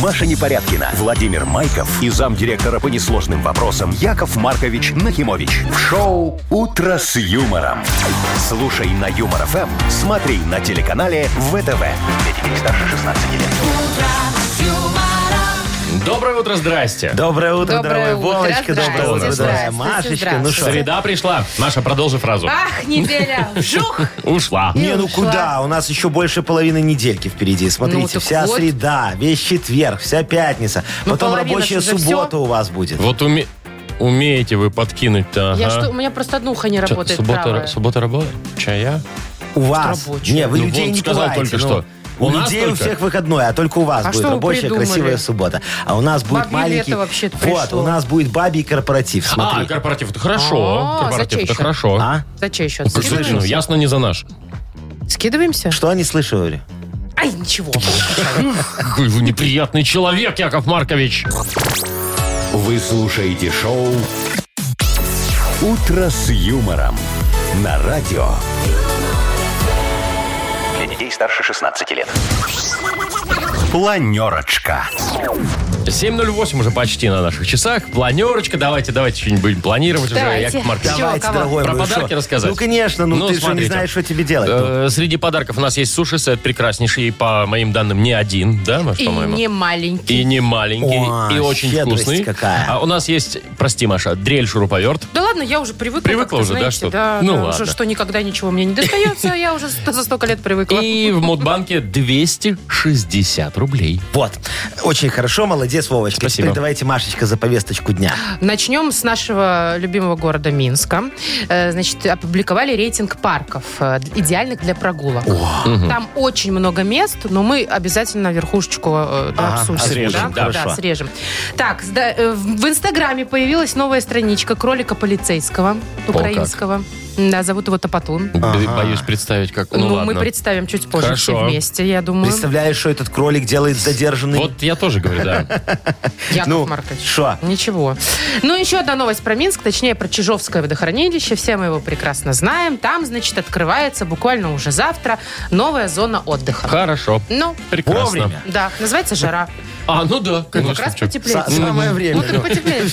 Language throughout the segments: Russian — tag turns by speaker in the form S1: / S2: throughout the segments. S1: Маша Непорядкина, Владимир Майков и замдиректора по несложным вопросам Яков Маркович Нахимович. В шоу «Утро с юмором». Слушай на Юмор ФМ, смотри на телеканале ВТВ. детей старше 16 лет.
S2: Доброе утро, здрасте.
S3: Доброе утро,
S4: Доброе
S3: дорогая
S4: утро,
S3: Вовочка,
S4: здрасте,
S3: доброе утро, дорогая
S4: здрасте,
S3: Машечка.
S4: здрасте.
S3: Ну что?
S2: Среда пришла. Маша, продолжи фразу.
S4: Ах, неделя! Вжух!
S2: Ушла.
S3: Не, ну
S4: ушла.
S3: куда? У нас еще больше половины недельки впереди.
S4: Ну,
S3: Смотрите,
S4: так
S3: вся
S4: вот.
S3: среда, весь четверг, вся пятница.
S4: Ну,
S3: Потом
S4: половина
S3: рабочая
S4: же за
S3: суббота
S4: всё.
S3: у вас будет.
S2: Вот уме- умеете вы подкинуть-то,
S4: Я
S2: ага.
S4: что, у меня просто одна уха не
S2: Чё,
S4: работает
S2: суббота,
S4: правая.
S2: суббота работает? Чая?
S3: У вас.
S4: рабочая.
S3: Не, вы
S2: Ну,
S3: людей
S2: вот
S3: не
S2: сказал
S3: пугаете,
S2: только
S3: ну.
S2: что.
S3: У,
S2: У нас
S3: людей у
S2: только?
S3: всех выходной, а только у вас
S4: А
S3: будет
S4: что вы
S3: рабочая
S4: придумали?
S3: красивая суббота. А у нас будет
S4: Бабье
S3: маленький...
S4: лето вообще-то
S3: вот,
S4: пришло.
S3: у нас будет бабий корпоратив,
S2: А,
S3: смотри.
S2: корпоратив, это хорошо.
S4: А,
S2: корпоратив,
S4: зачем
S2: это
S4: еще?
S2: хорошо.
S3: А?
S4: Зачем еще?
S2: Ну, слушайте, ну,
S4: Скидываемся?
S2: ясно, не за наш.
S4: Скидываемся?
S3: Что они слышали?
S4: Ай, ничего.
S2: Какой вы неприятный человек, Яков Маркович.
S1: Вы слушаете шоу «Утро с юмором» на радио. Для детей старше 16 лет. Планерочка.
S2: 7.08 уже почти на наших часах. Планерочка, давайте, давайте что-нибудь будем планировать уже,
S4: Давайте.
S2: Яков Маркович.
S4: Всё,
S3: Давайте,
S4: кого?
S3: дорогой
S2: Про
S3: мой,
S2: подарки
S3: что?
S2: рассказать?
S3: Ну, конечно, ну,
S2: Ну,
S3: ты же не
S2: смотрите.
S3: знаешь, что тебе делать. ну.
S2: Э, Среди подарков у нас есть суши-сет прекраснейший, и по моим данным не один, да, Маш,
S4: И
S2: по-моему?
S4: не маленький.
S2: И не маленький,
S3: О,
S2: и очень
S3: щедрость
S2: вкусный.
S3: какая.
S2: А у нас есть, прости, Маша, дрель-шуруповерт.
S4: Да ладно, я уже привыкла.
S2: Привыкла
S4: как-то,
S2: уже, да,
S4: знаете,
S2: что-
S4: Да,
S2: ну
S4: да,
S2: ладно.
S4: Что, что никогда ничего мне не достается, я уже за за столько лет привыкла.
S2: И в Мудбанке 260 рублей.
S3: Вот. Очень хорошо, молодец, Вовочка.
S2: Спасибо.
S3: Теперь давайте, Машечка, за повесточку дня.
S4: Начнем с нашего любимого города Минска. Э, Значит, опубликовали рейтинг парков, э, идеальных для прогулок. Там очень много мест, но мы обязательно верхушечку э, да,
S3: Ага,
S4: обсудим.
S3: срежем,
S4: да?
S3: хорошо.
S4: Да, срежем. Так, да, э, в в Инстаграме появилась новая страничка кролика полицейского, украинского. Да, зовут его Топотун.
S3: Ага.
S2: Боюсь представить, как... Ну,
S4: Ну,
S2: ладно.
S4: мы представим чуть позже
S2: Хорошо.
S4: все вместе, я думаю.
S3: Представляешь, что этот кролик делает с задержанным?
S2: Вот я тоже говорю, да.
S4: Яков
S3: ну,
S4: Маркович.
S3: шо?
S4: Ничего. Ну, еще одна новость про Минск, точнее, про Чижовское водохранилище. Все мы его прекрасно знаем. Там, значит, открывается буквально уже завтра новая зона отдыха.
S2: Хорошо.
S4: Ну,
S2: Прекрасно.
S3: Вовремя.
S4: да, называется «Жара».
S2: А, ну да,
S4: Ну,
S2: конечно.
S4: как раз
S2: чё.
S4: потеплеет.
S3: Са- самое время.
S4: Ну, так потеплеет.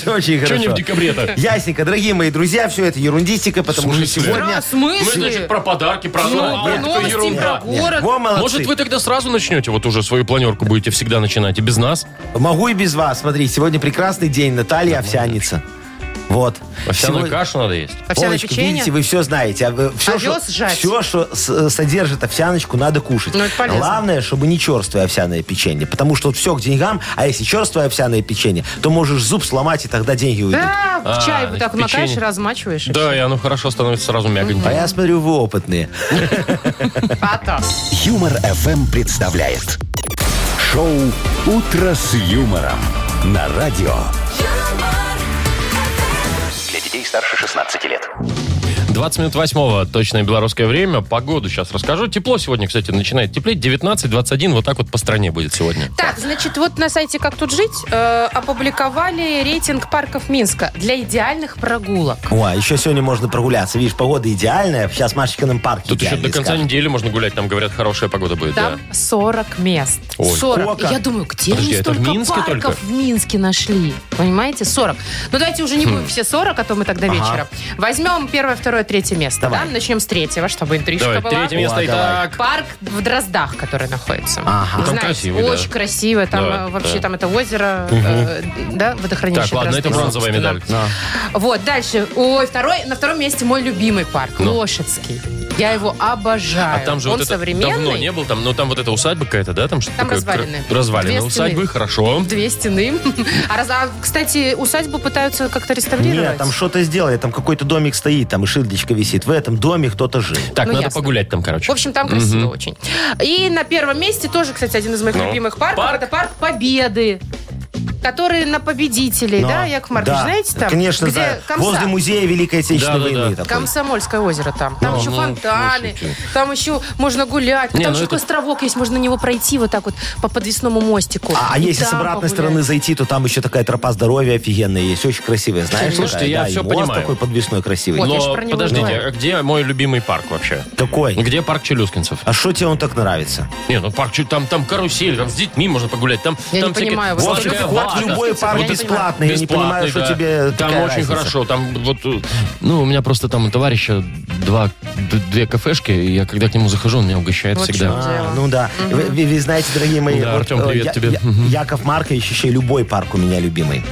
S3: Всё очень
S2: Чё не в
S3: хорошо.
S2: декабре-то?
S3: Ясненько, дорогие мои друзья, все это ерундистика, потому что
S2: Слушайте.
S3: сегодня...
S4: В
S2: Мы, Ну, значит,
S4: смысле?
S2: про подарки, про
S4: Ну,
S2: зону,
S4: про
S2: а вот такая
S4: новости,
S2: ерунда.
S4: про город.
S3: Во, молодцы.
S2: Может, вы тогда сразу начнете, вот уже свою планерку будете всегда начинать, и без нас?
S3: Могу и без вас. Смотри, сегодня прекрасный день. Наталья Овсяница. Вот.
S2: Овсяную
S3: Сегодня-
S2: кашу надо есть.
S4: Овсяное
S3: Олечка,
S4: печенье?
S3: видите, вы все знаете. А вы- все,
S4: Овес
S3: что,
S4: жать.
S3: все, что с- э, содержит овсяночку, надо кушать.
S4: Ну, это полезно.
S3: Главное, чтобы не черствое овсяное печенье. Потому что вот все к деньгам, а если черствое овсяное печенье, то можешь зуб сломать, и тогда деньги уйдут.
S4: Да,
S2: А,
S4: в чай вот
S2: значит,
S4: так макаешь,
S2: печенье.
S4: размачиваешь. и
S2: Да, и оно хорошо становится сразу
S3: А
S2: мягоньким.
S3: я смотрю, вы опытные.
S4: всё. Потом.
S1: Юмор FM представляет шоу Утро с юмором на радио. Для детей старше 16 лет.
S2: 20 минут восьмого, точное белорусское время. Погоду сейчас расскажу. Тепло сегодня, кстати, начинает теплеть. 19-21, вот так вот по стране будет сегодня.
S4: Так, значит, вот на сайте «Как тут жить» э, опубликовали рейтинг парков Минска для идеальных прогулок.
S3: О, еще а сегодня можно прогуляться. Видишь, погода идеальная. Сейчас Машечка нам парк
S2: Тут еще до
S3: идеальный
S2: конца
S3: скажет.
S2: недели можно гулять, там говорят, хорошая погода будет.
S4: Там 40 мест.
S2: Ой,
S4: 40. И
S3: сколько?
S4: я думаю, где
S2: Подожди,
S4: они
S2: это в
S4: столько
S2: Минске
S4: парков
S2: только?
S4: в Минске нашли? Понимаете? 40. Ну, давайте уже не
S2: Хм.
S4: будем все 40, а то мы тогда вечера. Возьмем первое, второе, третье место.
S3: Давай.
S4: Да? Начнем с третьего, чтобы
S2: да.
S4: интрижка
S2: Давай,
S4: была.
S2: третье место.
S3: О, давай.
S2: Итак,
S4: Парк в Дроздах, который находится.
S3: Ага.
S2: Ну, там
S4: Знаете,
S2: красивый, да.
S4: очень красиво. Там
S2: Да,
S4: э, вообще
S2: да.
S4: там это озеро, э, да, водохранилище.
S2: Так, ладно, это
S4: Дрозды,
S2: бронзовая
S4: собственно.
S2: медаль.
S4: Вот, дальше. Ой, второй, на втором месте мой любимый парк,
S2: Ну.
S4: Лошадский. Я его обожаю.
S2: А там же
S4: Он
S2: вот это
S4: современный.
S2: давно не был, там, ну там вот эта усадьба какая-то, да? Там, что
S4: Там
S2: такое?
S4: развалины.
S2: Кра- Развалины
S4: Две стены. Ну,
S2: усадьбы, хорошо.
S4: Две стены. А, раз- а, кстати, усадьбу пытаются как-то реставрировать.
S3: Нет, там что-то сделали. Там какой-то домик стоит, там и шильдочка висит. В этом доме кто-то жил.
S2: Так,
S4: Ну,
S2: надо
S4: ясно.
S2: погулять там, короче.
S4: В общем, там красиво очень. И на первом месте тоже, кстати, один из моих
S2: Ну.
S4: любимых парков.
S2: Парк?
S4: Это парк Победы. которые на победителей, да, Яков Маркович,
S3: Ну, а, да,
S4: знаете там?
S3: Конечно,
S4: где
S3: да.
S4: комса-
S3: Возле музея Великой Отечественной
S2: Да, да, да.
S3: войны. такой.
S4: Комсомольское озеро там. Там
S2: Ну,
S4: еще
S2: ну,
S4: фонтаны,
S2: слушайте.
S4: там еще можно гулять.
S2: Не,
S4: там
S2: ну
S4: еще
S2: это-
S4: островок есть, можно на него пройти вот так вот по подвесному мостику.
S3: А, а
S4: И
S3: если с
S4: там
S3: обратной
S4: погулять.
S3: стороны зайти, то там еще такая тропа здоровья офигенная есть, очень красивая. Знаешь,
S2: Слушайте,
S3: такая?
S2: я
S3: Да, и
S2: всё
S3: мост
S2: понимаю.
S3: такой подвесной красивый.
S4: Вот, я ж
S2: Но
S4: про него
S2: подождите,
S4: знаю.
S2: а где мой любимый парк вообще?
S3: Такой.
S2: Где парк Челюскинцев?
S3: А что тебе он так нравится?
S2: Не, ну парк Чел- там, там карусель, там с детьми можно погулять. Там,
S4: Я
S2: там
S4: не понимаю, вы
S2: всякие-
S4: что,
S2: Волжская
S4: любите
S3: Вот
S2: вата.
S4: парк
S3: любой
S4: Челюскинцев?
S3: парк
S4: Я не
S3: бесплатный. Я не
S2: Бесплатный,
S3: понимаю, что
S2: да.
S3: тебе
S2: Там
S3: какая
S2: очень
S3: разница.
S2: хорошо. Там вот, э, ну, у меня просто там у товарища два, д- две кафешки, и я когда к нему захожу, он меня угощает
S4: Вот
S2: всегда.
S4: чё.
S3: А,
S4: Дело.
S3: ну да. Вы, вы- вы знаете, дорогие мои,
S2: Да, Артем,
S3: э,
S2: привет
S3: я-
S2: тебе.
S3: я-
S2: Мгм.
S3: Яков Маркович еще и любой парк у меня любимый.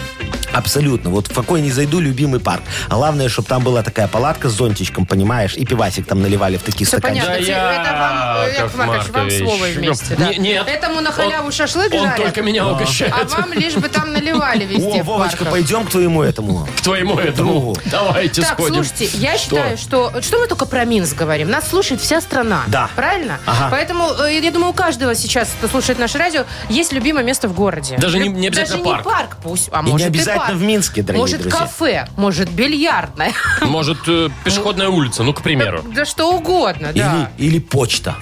S3: Абсолютно. Вот в какой не зайду, любимый парк. А главное, чтобы там была такая палатка с зонтичком, понимаешь, и пивасик там наливали в такие
S4: Все
S3: стаканчики.
S2: Да
S4: понятно. Те-
S2: я,
S4: это вам, э,
S2: Яков
S4: Яков Маркович, вам
S2: Маркович.
S4: слово вместе.
S2: Ну,
S4: да.
S2: не- нет.
S4: Этому на халяву шашлык
S2: Он
S4: жарят,
S2: только меня угощает.
S4: а вам лишь бы там наливали везде
S3: О,
S4: в
S3: Вовочка,
S4: парках.
S3: пойдем к твоему этому.
S2: К твоему этому.
S3: Другу.
S2: Давайте
S4: Так,
S2: сходим.
S4: слушайте, я
S2: Что?
S4: считаю, что... Что мы только про Минск говорим? Нас слушает вся страна.
S3: Да.
S4: Правильно?
S3: Ага.
S4: Поэтому, э, я думаю, у каждого сейчас, кто слушает наше радио, есть любимое место в городе.
S2: Даже не- не
S4: Даже
S2: обязательно
S4: не
S2: парк.
S4: парк пусть, а
S3: И
S4: может
S3: не обязательно
S4: парк.
S3: в Минске, дорогие
S4: Может,
S3: друзья.
S4: кафе, может, бильярдное.
S2: Может, э, пешеходная улица, ну, к примеру.
S4: Да что угодно, да.
S3: Или, или почта.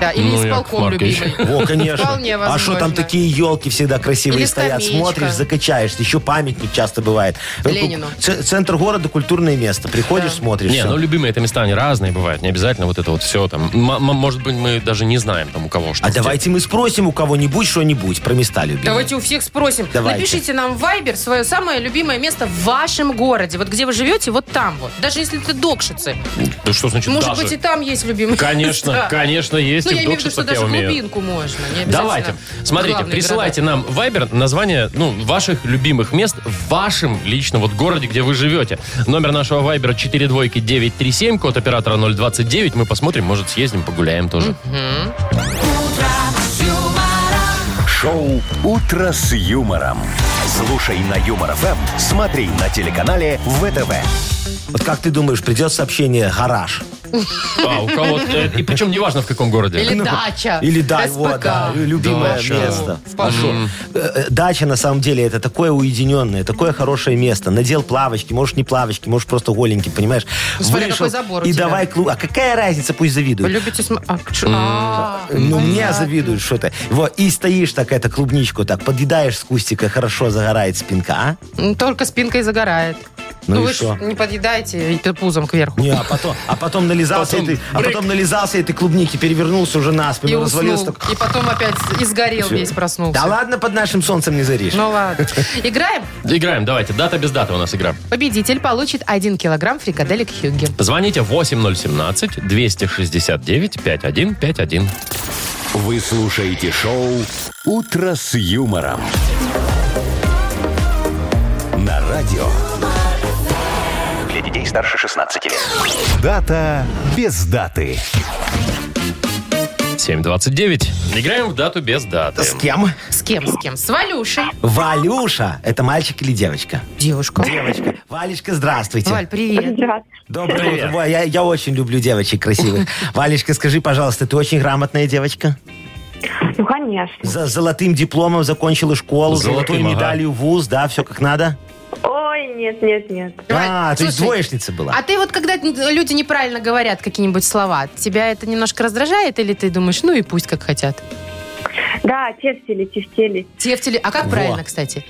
S4: Да, Или
S2: Ну, Яков
S4: исполком
S2: Маркович.
S4: любимый.
S3: О, конечно.
S4: Вполне
S3: А что там
S4: возможно.
S3: такие елки всегда красивые
S4: Или
S3: стоят?
S4: скамеечка.
S3: Смотришь, закачаешься. Еще памятник часто бывает. Э,
S4: Ленину.
S3: Ц- Центр города, культурное место. Приходишь, смотришь.
S2: Не,
S3: всё. А
S2: ну любимые это места, они разные бывают. Не обязательно вот это вот все там. М- м- может быть, мы даже не знаем там у кого что.
S3: А
S2: где.
S3: давайте мы спросим у кого-нибудь что-нибудь про места любимые.
S4: Давайте у всех спросим.
S3: Давайте.
S4: Напишите нам в Viber свое самое любимое место в вашем городе. Вот где вы живете, вот там вот. Даже если это докшицы.
S2: Да Ну, что значит
S4: Может
S2: даже?
S4: быть, и там есть любимые
S2: Конечно,
S4: места.
S2: конечно, есть.
S4: Ну,
S2: и
S4: я
S2: в
S4: имею в виду,
S2: Докшицах
S4: что
S2: я
S4: даже в
S2: умею.
S4: глубинку можно. не обязательно
S2: Давайте. Смотрите,
S4: главные
S2: присылайте нам в Viber название ну, ваших любимых мест в вашем личном вот городе, где вы живете. Номер нашего Viber 42937, код оператора 029. Мы посмотрим, может, съездим, погуляем тоже.
S1: Шоу «Утро с юмором». Слушай на Юмор ФМ, смотри на телеканале ВТВ.
S3: Вот как ты думаешь, придет сообщение гараж?
S2: А, у кого-то... э, И причем неважно, в каком городе.
S4: Или дача.
S3: Ну, Или да,
S4: СПК.
S3: вот, да, любимое
S2: Дача.
S3: место.
S4: Вполне.
S3: Э, э, Дача, на самом деле, это такое уединенное, такое хорошее место. Надел плавочки, можешь не плавочки, можешь просто голенький, понимаешь?
S4: Смотря какой забор у
S3: и
S4: тебя.
S3: давай клуб. А какая разница, пусть
S4: Вы
S3: завидуют.
S4: любите... см- а, к чё- а,
S3: Ну, мне
S4: понятно.
S3: завидуют что-то. Вот, и стоишь так, это, клубничку так, подъедаешь с кустика, хорошо загорает спинка, а?
S4: Ну, Только спинкой загорает.
S3: Ну и
S4: вы
S3: что?
S4: ж не подъедаете и пузом кверху.
S3: Не, а потом, а потом нализался
S2: Потом
S3: этой, а потом нализался этой клубники, перевернулся уже на
S4: И
S3: спину, развалился
S4: уснул.
S3: так.
S4: И потом опять и сгорел весь, проснулся.
S3: Да ладно, под нашим солнцем не заришь.
S4: Ну ладно. Играем.
S2: Играем, давайте. Дата без даты у нас игра.
S4: Победитель получит 1 килограмм фрикаделек Хьюги.
S2: Звоните 8017-269-5151.
S1: Вы слушаете шоу «Утро с юмором». На радио.
S5: Для детей старше 16 лет.
S1: Дата без даты.
S2: 729. Играем в дату без даты.
S3: С кем?
S4: С кем? С кем? С Валюшей.
S3: Валюша. Это мальчик или девочка?
S4: Девушка.
S3: Девочка. Валечка, здравствуйте.
S4: Валь, привет.
S3: Доброе утро. Во, Я, я очень люблю девочек красивых. Валечка, скажи, пожалуйста, ты очень грамотная девочка?
S6: Ну, конечно.
S3: За золотым дипломом закончила школу,
S2: Золотым,
S3: золотой
S2: ага.
S3: медалью вуз, да, все как надо?
S6: Ой, нет, нет, нет.
S3: А, то есть
S4: слушай,
S3: двоечница была.
S4: А ты вот, когда люди неправильно говорят какие-нибудь слова, тебя это немножко раздражает, или ты думаешь, ну и пусть как хотят?
S6: Да, тефтели, тефтели,
S4: Тефтели. А как
S3: Во. М-м-м.
S4: правильно, кстати?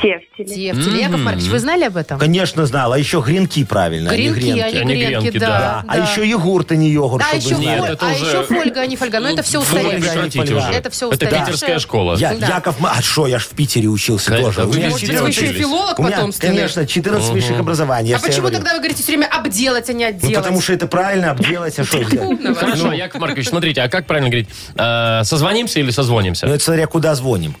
S6: тефтели.
S4: Тефтели. Яков Маркович, вы знали об этом?
S3: Конечно, знала. А еще гренки правильно, а не
S4: Гренки, а
S3: гренки.
S4: не
S2: Они
S4: гренки,
S2: гренки,
S4: да.
S2: да.
S3: А
S4: да.
S3: еще йогурт, а не йогурт,
S4: а
S3: чтобы
S4: еще,
S3: вы
S2: Нет,
S3: знали.
S4: фоль-
S2: это
S4: а
S2: уже-
S4: еще фольга, а не фольга. Но это все
S2: Ну,
S4: устаревшее.
S2: прекратите уже.
S4: Это все
S2: Это
S4: устаревшее.
S2: питерская школа.
S3: Я,
S4: Да.
S3: Яков, Ма- а что, я ж в Питере учился
S2: Конечно,
S3: тоже.
S2: вы
S3: У меня
S2: везде
S4: Может, вы еще и
S3: 14
S4: филолог
S3: у меня,
S4: потомственный.
S3: Конечно, 14 высших образований. я
S4: а
S3: всегда
S4: почему
S3: говорю.
S4: тогда вы говорите все время обделать, а не
S3: Ну,
S4: отделать?
S3: потому что это правильно обделать, а что делать?
S4: Умного.
S2: Хорошо, Яков Маркович, смотрите, а как правильно говорить? Э, созвонимся или созвонимся?
S3: Ну, это смотря куда звоним.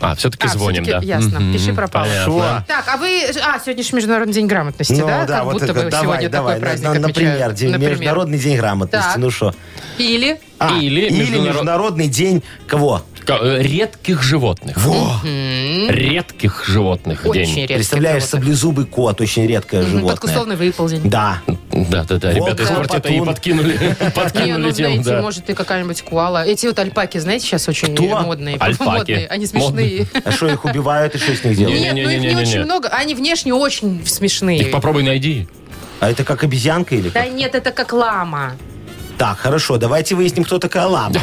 S2: А, все-таки
S4: А,
S2: звоним,
S4: всё-таки
S2: да.
S4: ясно.
S2: Мгм,
S4: Пиши пропало.
S2: понятно.
S4: Так, а вы... А, сегодня же Международный день грамотности,
S3: Ну,
S4: да?
S3: да,
S4: как
S3: вот
S4: будто
S3: это,
S4: бы
S3: давай,
S4: сегодня
S3: давай.
S4: такой праздник
S3: на- на- Например,
S4: отмечают.
S3: день-
S4: Например.
S3: Международный день грамотности.
S4: Так.
S3: Ну что?
S4: Или...
S3: А,
S2: Или
S3: или
S2: международ-
S3: Международный день кого?
S2: Ка- э, Редких животных.
S3: Во!
S2: Редких животных
S4: Очень
S2: день.
S4: редко.
S3: Представляешь, саблезубый кот, очень редкое животное.
S4: Подкусловный Ну, выползень.
S3: Да.
S2: Да, да, да.
S3: Волк,
S2: Ребята из
S3: да,
S2: квартета и
S3: потом.
S2: подкинули.
S4: Не,
S2: Подкинули
S4: ну,
S2: тему,
S4: знаете,
S2: да.
S4: может, и какая-нибудь куала. Эти вот альпаки, знаете, сейчас очень
S3: Кто?
S4: модные.
S2: Альпаки.
S4: Модные. Они смешные.
S3: А что, их убивают и что с них делают?
S2: Не-не-не.
S4: Нет, ну их не
S2: Не-не-не-не-не.
S4: очень много. Они внешне очень
S2: Их
S4: смешные.
S2: попробуй найди.
S3: А это как обезьянка или
S4: Да
S3: как?
S4: нет, это как лама.
S3: Так, хорошо, давайте выясним, кто такая лама.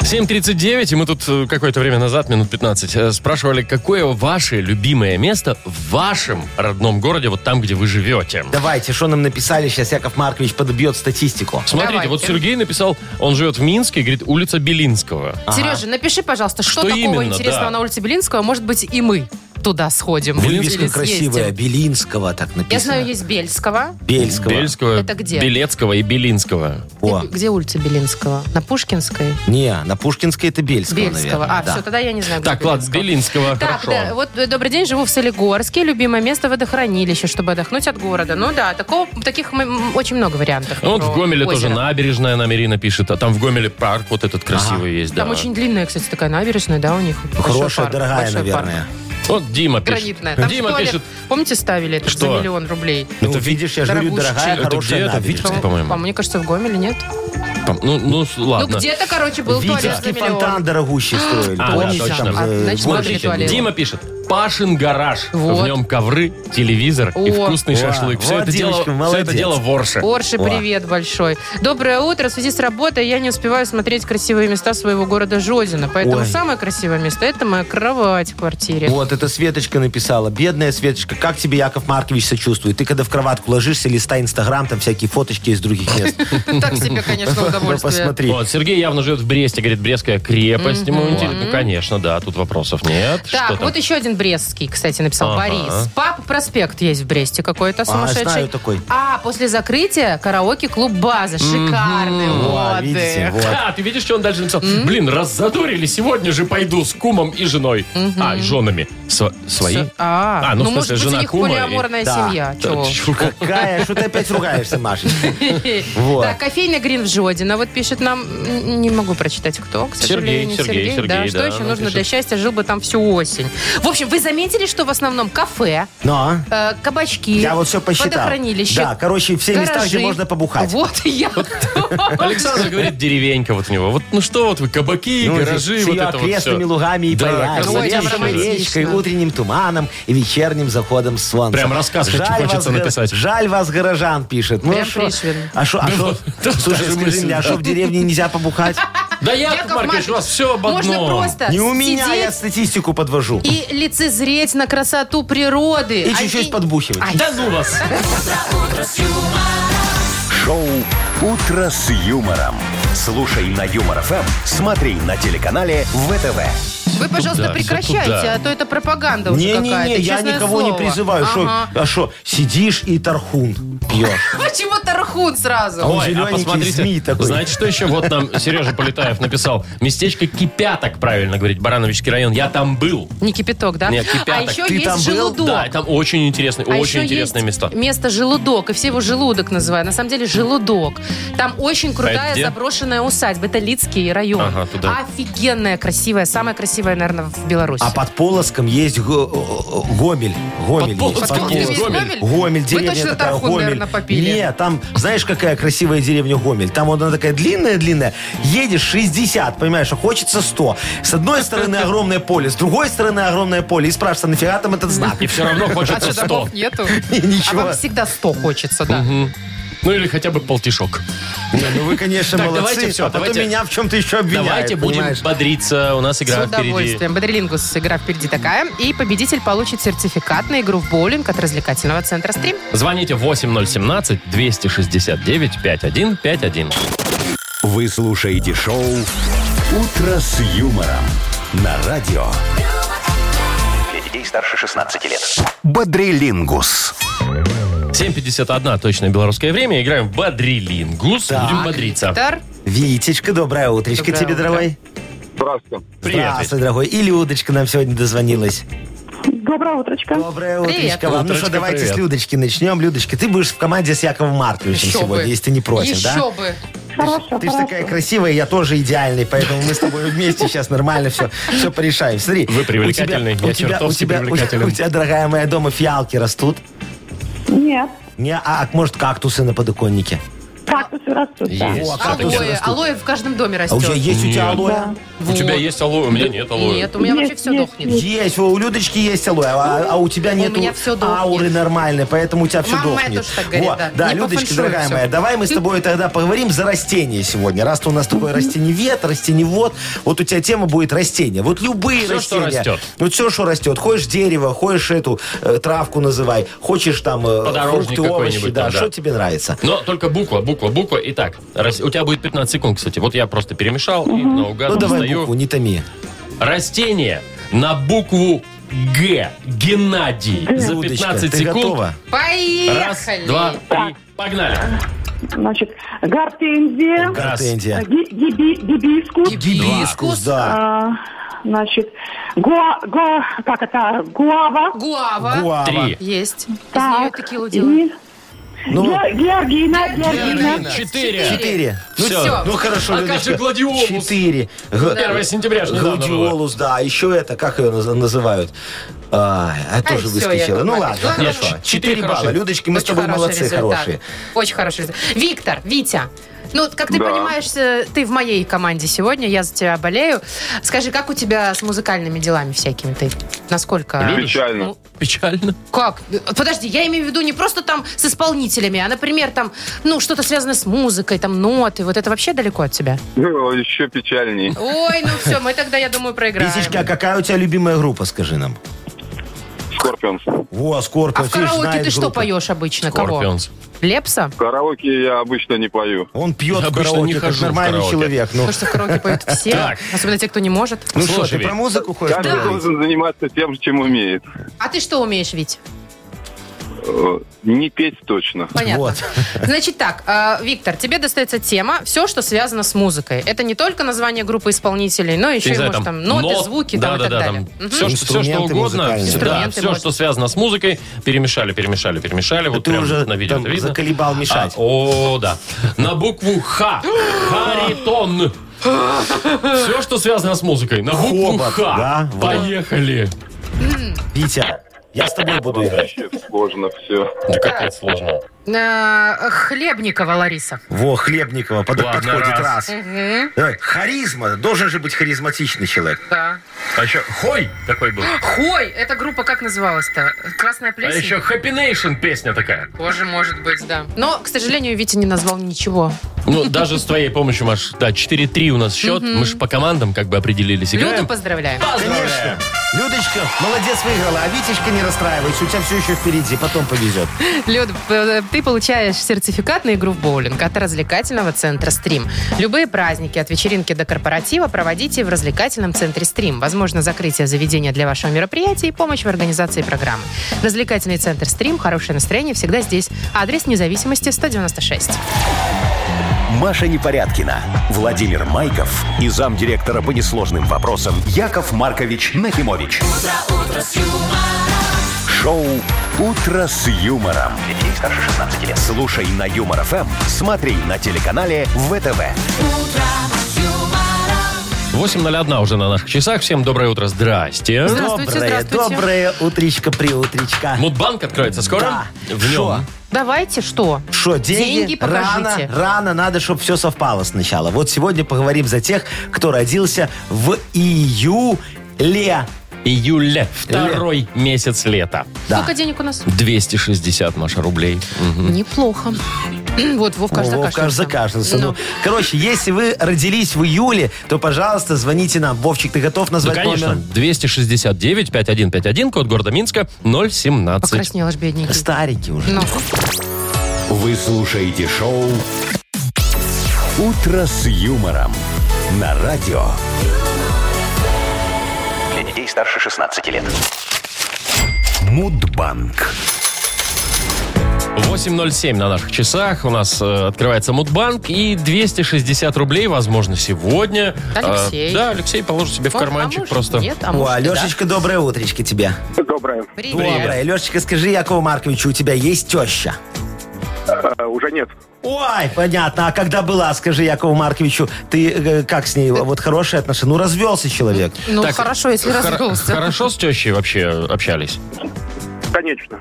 S2: 7.39, и мы тут э, какое-то время назад, минут 15, э, спрашивали, какое ваше любимое место в вашем родном городе, вот там, где вы живете.
S3: Давайте, что нам написали, сейчас Яков Маркович подобьет статистику.
S2: Смотрите,
S4: Давайте.
S2: вот Сергей написал, он живет в Минске, говорит, улица Белинского.
S4: Сережа, напиши, пожалуйста, что,
S2: Что
S4: такого
S2: именно,
S4: интересного
S2: да.
S4: на улице Белинского. Может быть, и мы туда сходим.
S3: Вывеска
S4: Или
S3: красивая,
S4: съездим.
S3: Белинского так написано.
S4: Я знаю, есть Бельского.
S3: Бельского.
S2: Бельского,
S4: Это где?
S2: Белецкого и Белинского.
S3: О,
S4: Где, где улица Белинского? На Пушкинской?
S3: не, на Пушкинской это Бельского,
S4: Бельского.
S3: наверное.
S4: а,
S3: да.
S4: все, тогда я не знаю. где
S2: Так, ладно, Белинского,
S4: Так,
S2: хорошо.
S4: да, вот э, добрый день, живу в Солигорске, любимое место водохранилище, чтобы отдохнуть от города. Ну да, такого, таких м- м, очень много вариантов.
S2: Ну, вот в
S4: Про
S2: Гомеле тоже
S4: озеро.
S2: набережная нам Ирина пишет, а там в Гомеле парк вот этот красивый есть, да.
S4: Там очень длинная, кстати, такая набережная, да, у них. Большой
S3: Хорошая,
S4: парк,
S3: дорогая,
S4: большой
S3: наверное.
S4: парк.
S2: Вот Дима пишет.
S4: Гранитная. Там
S2: Дима
S4: же туалет,
S2: пишет,
S4: помните, ставили это
S2: Что?
S4: за миллион рублей?
S3: Ну,
S2: Это
S3: видишь, я же говорю,
S4: дорогушечка.
S3: дорогая,
S2: Это
S3: хорошая
S2: где это?
S3: набережная.
S2: Витебск? по-моему.
S4: По, мне кажется, в Гомеле нет.
S2: пом- ну, ну, с- ладно.
S4: Ну, где-то, короче, был туалет за
S3: Витебский
S4: миллион.
S3: фонтан дорогущий строили.
S2: А,
S3: Помнишь,
S2: да, точно.
S3: там,
S4: А,
S3: э,
S4: значит,
S3: горщики
S4: смотрели туалет.
S3: были?
S2: Дима пишет, Пашин гараж.
S4: Вот.
S2: В нем ковры, телевизор и
S4: О.
S2: вкусный
S3: О,
S2: шашлык. Все
S3: вот,
S2: это, дело,
S3: девочка,
S2: все
S3: молодец.
S2: это дело ворше.
S4: Орши, привет большой. Доброе утро. В связи с работой я не успеваю смотреть красивые места своего города Жодина. Поэтому
S3: Ой.
S4: самое красивое место – это моя кровать в квартире.
S3: Вот, это Светочка написала. Бедная Светочка, как тебе Яков Маркович сочувствует? Ты когда в кроватку ложишься, листай Инстаграм, там всякие фоточки из других мест.
S4: Так себе, конечно,
S3: Ну,
S4: удовольствие.
S3: Посмотри.
S2: Вот, Сергей явно живет в Бресте, говорит, Брестская крепость. Ему интересно. Ну, конечно, да, тут вопросов нет.
S4: Так,
S2: Что там?
S4: вот еще один брестский, кстати, написал
S2: Ага.
S4: Борис. Папа проспект есть в Бресте какой-то сумасшедший.
S3: знаю такой.
S4: А, после закрытия караоке-клуб «База». Шикарный
S3: Во,
S4: отдых.
S3: видите, вот.
S2: А, ты видишь, что он дальше написал? Блин, раззадорили, сегодня же пойду с кумом и женой. А, и женами. Сво- свои?
S4: Всё. А,
S2: А, ну,
S4: ну,
S2: в
S4: может
S2: смысле,
S4: быть, у
S2: жена
S4: них
S2: кума и-
S4: полиаморная
S3: Да.
S4: семья.
S2: Да,
S4: Чего?
S2: чё, как-
S3: Какая? Что ты опять ругаешься, Машечка? Вот.
S4: Так, кофейный Грин в Жодино. Вот пишет нам, м, не могу прочитать, кто, к
S2: Сергей,
S4: сожалению.
S2: Сергей,
S4: да.
S2: Сергей,
S4: Что
S2: да,
S4: еще
S2: он
S4: нужно
S2: пишет.
S4: для счастья? Жил бы там всю осень. В общем, вы заметили, что в основном кафе,
S3: Но
S4: э, кабачки,
S3: я вот все посчитал.
S4: водохранилище,
S3: Да, короче, все места, где
S4: гаражи.
S3: можно побухать.
S4: Вот я.
S2: Александр говорит, деревенька вот у него. Вот, ну что вот вы, кабаки,
S3: Ну,
S2: гаражи,
S3: с
S2: вот
S3: ее
S2: это вот
S3: окрестными
S2: все.
S3: лугами и
S2: Да,
S3: полями,
S2: красиво.
S4: Ой,
S3: лесом,
S4: прям
S3: речкой,
S4: романтично.
S3: утренним туманом и вечерним заходом солнца.
S2: Прям рассказ хочу-
S3: вас,
S2: хочется
S3: гор-
S2: написать. Ну,
S3: Жаль вас, горожан, пишет. Ну,
S4: Прям
S3: шо-
S4: Пришвин.
S3: А что? А шо-
S2: да,
S3: Слушай,
S2: даже
S3: скажи
S2: мысль,
S3: мне, а
S2: да.
S3: что в деревне нельзя побухать?
S2: Да Яков Маркович, у вас все об одном.
S4: Можно просто
S3: Не у меня, я
S4: сидеть
S3: статистику подвожу. И,
S4: и лицезреть на красоту природы. А
S3: чуть-чуть
S4: и-
S3: подбухивать.
S2: Да ну вас!
S1: Шоу «Утро с юмором». Слушай на Юмор ФМ, смотри на телеканале ВТВ.
S4: Вы, пожалуйста,
S2: Туда, всё
S4: прекращайте,
S2: туда.
S4: а то это пропаганда уже какая-то.
S3: Не-не-не, я
S4: честное
S3: никого не
S4: слово.
S3: призываю. Шо-
S4: Ага.
S3: а что, сидишь и тархун пьешь?
S4: Почему тархун сразу?
S3: А он зелененький, змей такой.
S2: знаете, что еще? Вот нам Сережа Полетаев написал. Местечко Кипяток, правильно говорить, Барановичский район. Я там был.
S4: Не кипяток, да?
S2: Не, кипяток.
S4: А еще
S3: Ты там
S4: есть
S3: был?
S4: желудок.
S2: Да, там очень интересные,
S4: А еще
S2: очень интересные
S4: есть
S2: места.
S4: Место желудок, и все его желудок называют. На самом деле желудок. Там очень
S2: А это
S4: крутая
S2: где?
S4: заброшенная усадьба. Это Лицкий район.
S2: Ага, туда.
S4: Офигенная, красивая, самая красивая, наверное, в Беларуси.
S3: А под Полоском есть го- Гомель. Гомель
S2: Под
S3: есть.
S2: Полоском
S3: под
S2: есть
S3: Полоском.
S2: Гомель?
S3: Гомель, деревня
S4: Вы точно
S3: такая,
S4: тархун,
S3: Гомель.
S4: наверное, попили.
S3: Нет, там, знаешь, какая красивая деревня Гомель? Там вот она такая длинная-длинная. Едешь 60, понимаешь, а хочется 100. С одной стороны огромное поле, с другой стороны огромное поле. И спрашиваешься, нафига там этот знак?
S2: И все равно
S4: А
S2: хочется
S4: что,
S2: 100.
S4: домов нету?
S3: Ничего.
S4: А вам всегда 100 хочется, да.
S2: Ну или хотя бы полтишок.
S3: Не, ну вы, конечно,
S2: Так,
S3: молодцы,
S2: давайте всё,
S3: а потом
S2: давайте-
S3: меня в чем-то еще обвиняют.
S2: Давайте будем
S3: понимаешь?
S2: бодриться. У нас игра
S4: С
S2: впереди.
S4: удовольствием. Бодрилингус игра впереди такая. И победитель получит сертификат на игру в боулинг от развлекательного центра «Стрим».
S2: Звоните 8017-269-5151.
S1: Вы слушаете шоу «Утро с юмором» на радио
S5: Для детей старше 16 лет.
S1: «Бодрилингус».
S2: 7.51 точное белорусское время. Играем в Бодрилингус. Будем
S3: А,
S2: бодриться.
S4: Тар.
S3: Витечка, доброе утречко
S4: Доброе
S3: тебе,
S4: утро.
S3: дорогой.
S7: Здравствуйте.
S2: Привет,
S3: Здравствуй, дорогой. И Людочка нам сегодня дозвонилась.
S6: Доброе утречко.
S3: Доброе
S4: Привет.
S3: утречко вам. Ну
S2: Утречко,
S3: что, давайте
S2: привет.
S3: с Людочки начнем. Людочка, ты будешь в команде с Яковом Марковичем
S4: Еще
S3: сегодня,
S4: бы.
S3: если ты не против,
S4: Еще
S3: да?
S4: бы.
S6: Хорошо,
S3: Ты же такая красивая, я тоже идеальный, поэтому мы с тобой вместе сейчас нормально все, все порешаем. Смотри.
S2: Вы привлекательный, я
S3: у у тебя, у
S2: чертовски
S3: тебя, у,
S2: привлекателен.
S3: у тебя, дорогая моя, дома фиалки растут?
S6: Нет.
S3: Не, а, а может кактусы на подоконнике?
S6: Кактусы растут, да.
S2: Есть.
S3: Во,
S2: всё-таки.
S3: кактусы.
S4: Алоэ.
S3: растут.
S4: Алоэ в каждом доме
S3: А у тебя
S4: растет.
S3: есть у тебя
S2: Нет.
S3: алоэ?
S2: У тебя есть алоэ, у меня нет алоэ.
S4: Нет, у меня вообще
S6: Есть,
S4: все
S6: есть,
S4: дохнет.
S3: Есть, во, у Людочки есть алоэ, а, а у тебя нет
S4: меня всё дохнет.
S3: ауры нормальной, поэтому у тебя все
S4: Мама моя
S3: дохнет.
S4: тоже так говорит,
S3: Во,
S4: да.
S3: да
S4: Не по
S3: Людочка,
S4: фэншую
S3: дорогая
S4: всё.
S3: моя, давай мы с тобой тогда поговорим за растения сегодня. Раз ты у нас такой растеневед, растеневод, вот у тебя тема будет растения. Вот любые
S2: Всё, что
S3: растения.
S2: растет.
S3: Вот все, что растет. Хочешь дерево, хочешь эту э, травку называй, хочешь там э,
S2: Подорожник
S3: фрукты, овощи,
S2: какой-нибудь там,
S3: да,
S2: да.
S3: что тебе нравится.
S2: Но только буква, буква, буква. Итак, рас- у тебя будет 15 секунд, кстати. Вот я просто перемешал и наугад
S3: Ну давай
S2: достаю.
S3: букву, не томи.
S2: Растение на букву Г. Геннадий. За
S3: Людочка,
S2: 15
S3: ты
S2: секунд.
S3: готова?
S2: Раз,
S4: Поехали.
S2: два, три. Погнали.
S6: Значит, гортензия,
S3: Гортензия.
S6: ги- гиби- гибискус,
S4: Гибискус.
S3: да.
S6: а, значит, гуа, гуа, как это, гуава,
S4: Гуава.
S3: Гуава.
S2: Три,
S4: Есть. Из нее
S6: так,
S4: текилу делают.
S6: и
S3: Ну,
S6: ге- георгина, георгина,
S2: четыре.
S3: четыре. Ну,
S2: Всё.
S3: всё. Ну хорошо,
S2: А как
S3: Людочка.
S2: же гладиолус?
S3: Четыре. Г-
S2: 1 сентября же недавно было.
S3: Гладиолус, да. Еще это, как ее наз- называют? Ай, А, тоже
S4: всё,
S3: выскочила.
S4: Яков
S3: Ну
S4: Маркович,
S3: ладно,
S4: ладно.
S3: хорошо.
S2: Нет, четыре
S3: Четыре балла.
S2: хорошие.
S3: Людочки, мы с тобой
S4: хороший
S3: молодцы,
S4: результат.
S3: хорошие.
S4: Очень хороший результат. Виктор, Витя, ну, как ты
S7: Да.
S4: понимаешь, э, ты в моей команде сегодня, я за тебя болею. Скажи, как у тебя с музыкальными делами всякими ты? Насколько?
S2: Любишь?
S7: Печально.
S4: Ну,
S2: Печально.
S4: Как? Подожди, я имею в виду не просто там с исполнителями, а, например, там, ну, что-то связанное с музыкой, там, ноты. Вот это вообще далеко от тебя?
S7: Ну, еще печальней.
S4: Ой, ну все, мы тогда, я думаю, проиграем.
S3: Лисичка, а какая у тебя любимая группа, скажи нам?
S7: Скорпионс.
S3: Во, Скорпио,
S4: а в караоке ты что поешь обычно? Кого?
S2: Скорпионс.
S4: Лепса?
S7: Караоке я обычно не пою.
S3: Он пьет
S2: Я
S3: в
S2: обычно не
S3: караоке, как
S2: хожу в
S3: нормальный
S2: караоке.
S3: человек. Ну,
S4: Потому что в караоке поют все,
S2: Так.
S4: особенно те, кто не может.
S3: ну что, ты
S2: Слушай,
S3: про музыку хочешь
S7: Каждый
S3: поговорить?
S7: должен заниматься тем, чем умеет.
S4: А ты что умеешь, Вить?
S7: Э, Не петь точно.
S4: Понятно.
S3: Вот.
S4: Значит так, э, Виктор, тебе достается тема «Все, что связано с музыкой». Это не только название группы исполнителей, но
S2: Я
S4: еще и,
S2: не знаю,
S4: может, там, ноты,
S2: нот,
S4: звуки там, и так
S2: да-да-да,
S4: далее.
S2: там
S4: Мгм.
S2: Все, что, все, что
S3: Инструменты
S2: угодно,
S3: музыкальные.
S2: да,
S4: Инструменты,
S2: все,
S4: может.
S2: что связано с музыкой, перемешали, перемешали, перемешали. Вот
S3: Ты
S2: прям
S3: уже
S2: на видео
S3: там
S2: это видно.
S3: заколебал мешать.
S2: А, о, да. На букву Х. Харитон. Все, что связано с музыкой. На букву
S3: Хобот,
S2: Х.
S3: да, вот.
S2: Поехали.
S3: Витя, я с тобой буду играть.
S7: Вообще сложно все.
S2: Да капец сложно.
S4: Э, Хлебникова Лариса.
S3: Во, Хлебникова под-
S2: Ладно,
S3: подходит
S2: раз.
S3: раз. Давай, Харизма. Должен же быть харизматичный человек.
S4: Да.
S2: А еще Хой такой был.
S4: Хой! Эта группа как называлась-то? «Красная
S2: А
S4: плесень»?
S2: еще Happy Nation песня такая.
S4: Тоже может быть, да. Но, к сожалению, Витя не назвал ничего.
S2: Ну, даже с твоей помощью, Маш, да, 4-3 у нас счет. Мы же по командам как бы определились.
S4: Люду
S2: Играем?
S4: поздравляем.
S3: Конечно. Людочка, молодец, выиграла. А Витечка, не расстраивайся, у тебя все еще впереди, потом повезет.
S4: Люд, п- э, ты получаешь сертификат на игру в боулинг от развлекательного центра «Стрим». Любые праздники от вечеринки до корпоратива проводите в развлекательном центре «Стрим». Возможно, закрытие заведения для вашего мероприятия и помощь в организации программы. Развлекательный центр «Стрим». Хорошее настроение всегда здесь. Адрес независимости 196.
S1: Маша Непорядкина, Владимир Майков и замдиректора по несложным вопросам Яков Маркович Нахимович. Шоу Утро с юмором. Детей старше 16 лет. Слушай на юмор ФМ, смотри на телеканале ВТВ.
S2: 8.01 уже на наших часах. Всем доброе утро. Здрасте.
S4: Здравствуйте,
S3: доброе,
S4: здравствуйте.
S3: доброе утречко, приутречка.
S2: Мудбанк откроется скоро?
S3: Да.
S2: В нем.
S4: Давайте что?
S3: Что, деньги?
S4: Деньги покажите.
S3: рано, рано надо, чтобы все совпало сначала. Вот сегодня поговорим за тех, кто родился в июле.
S2: Июля. Второй месяц лета.
S3: Да.
S4: Сколько денег у нас?
S2: 260, Маша, рублей. Мгм.
S4: Неплохо. Вот, Вовка аж
S3: О, Вовка аж
S4: закашлялся.
S3: закашлялся.
S4: Ну.
S3: Ну, короче, если вы родились в июле, то, пожалуйста, звоните нам. Вовчик, ты готов
S2: Да,
S3: назвать
S2: конечно.
S3: номер?
S2: 269-5151, код города Минска, 017.
S4: Покраснел аж бедненький.
S3: Старики уже.
S4: Ну,
S1: Вы слушаете шоу Утро с юмором на радио.
S5: Для детей старше 16 лет.
S1: Мудбанк.
S2: 8.07 на наших часах. У нас э, открывается Мудбанк. И 260 рублей, возможно, сегодня.
S4: Алексей.
S2: Э, да, Алексей положит себе в
S4: вот, а
S2: карманчик
S4: может,
S2: просто.
S4: Нет, а
S3: О,
S4: может, и да.
S3: Алешечка, доброе утречко тебе.
S7: Доброе.
S4: Привет.
S3: Доброе. Лешечка, скажи Якову Марковичу, у тебя есть теща?
S7: Э, уже нет.
S3: Ой, понятно. А когда была, скажи Якову Марковичу, ты э, как с ней? Вот хорошие отношения? Ну, развелся человек.
S4: Ну,
S2: Так,
S4: хорошо, если
S2: хор-
S4: развелся.
S2: Хорошо с тещей вообще общались?
S7: Конечно.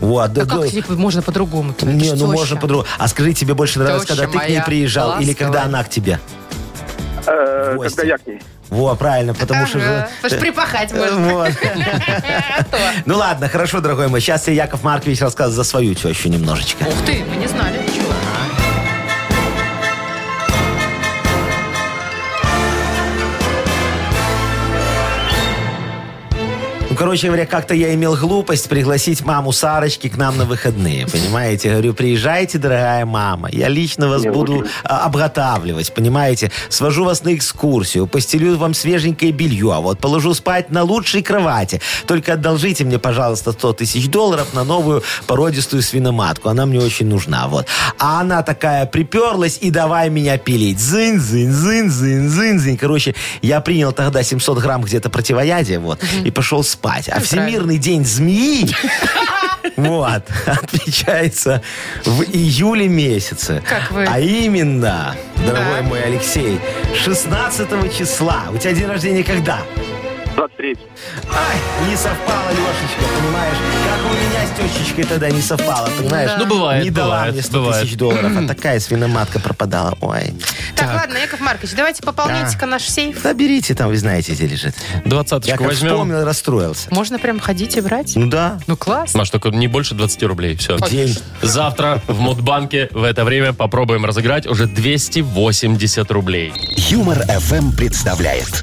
S3: Вот. да,
S4: А как
S3: да.
S4: с ней можно по-другому?
S3: Не, ну можно по-другому. А скажи, тебе больше нравилось,
S4: Теща
S3: когда ты к ней
S4: моя
S3: приезжал или когда
S4: ласковая.
S3: она к тебе? Гости. когда я
S7: к ней.
S3: Во, правильно, потому что... же-
S4: припахать
S3: Э,
S4: можно. А
S3: вот. Ну ладно, хорошо, дорогой мой. Сейчас тебе Яков Маркович расскажет за свою тещу немножечко.
S4: Ух ты, мы не знали ничего.
S3: Ну, короче говоря, как-то я имел глупость пригласить маму Сарочки к нам на выходные, понимаете? Я говорю, приезжайте, дорогая мама, я лично вас буду а, обготавливать, понимаете? Свожу вас на экскурсию, постелю вам свеженькое белье, а вот положу спать на лучшей кровати. Только одолжите мне, пожалуйста, 100 тысяч долларов на новую породистую свиноматку, она мне очень нужна, вот. А она такая приперлась и давай меня пилить. Зынь, зынь, зынь, зынь, зынь, зынь. Короче, я принял тогда 700 грамм где-то противоядия, вот, и пошел спать. А
S4: Ну,
S3: Всемирный день змеи, вот, отмечается в июле месяце.
S4: Как вы?
S3: А именно, дорогой
S4: Так.
S3: мой Алексей, 16 числа. У тебя день рождения когда?
S7: 23.
S3: Ай, не совпало, Лешечка, понимаешь? Как у меня с тещечкой тогда не совпало, понимаешь?
S2: Ну, бывает,
S3: Не дала
S2: бывает,
S3: мне 100
S2: бывает.
S3: тысяч долларов, а такая свиноматка пропадала. Ой.
S4: Так, ладно, Яков Маркович, давайте пополняйте-ка наш сейф.
S3: Да берите, там, вы знаете, где лежит. Я
S2: Двадцаточку
S3: как
S2: возьмем.
S3: вспомнил, расстроился.
S4: Можно прям ходить и брать?
S3: Ну да.
S4: Ну, класс.
S2: Маш, только не больше 20 рублей. Все.
S3: День.
S2: Завтра в Мудбанке в это время попробуем разыграть уже 280 рублей.
S1: Юмор FM представляет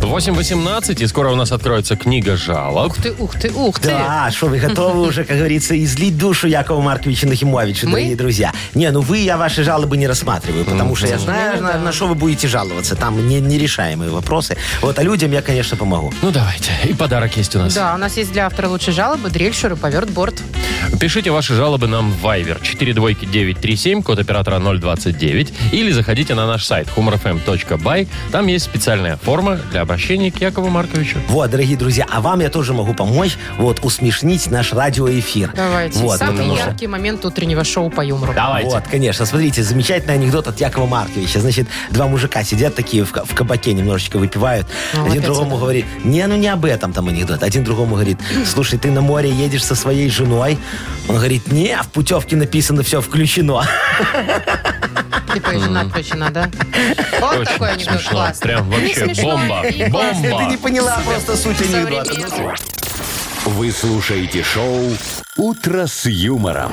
S2: 8.18, и скоро у нас откроется книга жалоб.
S4: Ух ты, ух ты, ух ты.
S3: Да, а что вы готовы уже, как говорится, излить душу Якова Марковича Нахимовича,
S4: Мы?
S3: дорогие друзья. Не, ну вы, я ваши жалобы не рассматриваю, потому
S2: Ну,
S3: что я знаю, на, на что вы будете жаловаться. Там не- нерешаемые вопросы. Вот, а людям я, конечно, помогу.
S2: Ну давайте. И подарок есть у нас.
S4: Да, у нас есть для автора лучшей жалобы дрельшер и повертборд.
S2: Пишите ваши жалобы нам в Viber 42937, код оператора 029, или заходите на наш сайт humorfm.by. Там есть специальная форма для обращения к Якову Марковичу.
S3: Вот, дорогие друзья, а вам я тоже могу помочь, вот, усмешнить наш радиоэфир.
S4: Давайте.
S3: Вот,
S4: Самый
S3: потому что-
S4: яркий момент утреннего шоу по юмору.
S2: Давайте.
S3: Вот, конечно. Смотрите, замечательный анекдот от Якова Марковича. Значит, два мужика сидят такие в, ка- в кабаке, немножечко выпивают.
S4: Ну,
S3: Один
S4: опять
S3: другому
S4: это.
S3: говорит, не, ну не об этом там анекдот. Один другому говорит, слушай, ты на море едешь со своей женой? Он говорит, не, а в путевке написано все включено.
S4: Типа и жена включена, да? Вот
S2: Очень
S4: такой анекдот
S2: смешно.
S4: классный.
S2: Прям
S4: Не
S2: вообще
S4: смешно
S2: бомба.
S4: и
S2: Бомба!
S3: Ты не поняла просто суть анекдота. Ну,
S4: Современный.
S1: Вы слушаете шоу «Утро с юмором».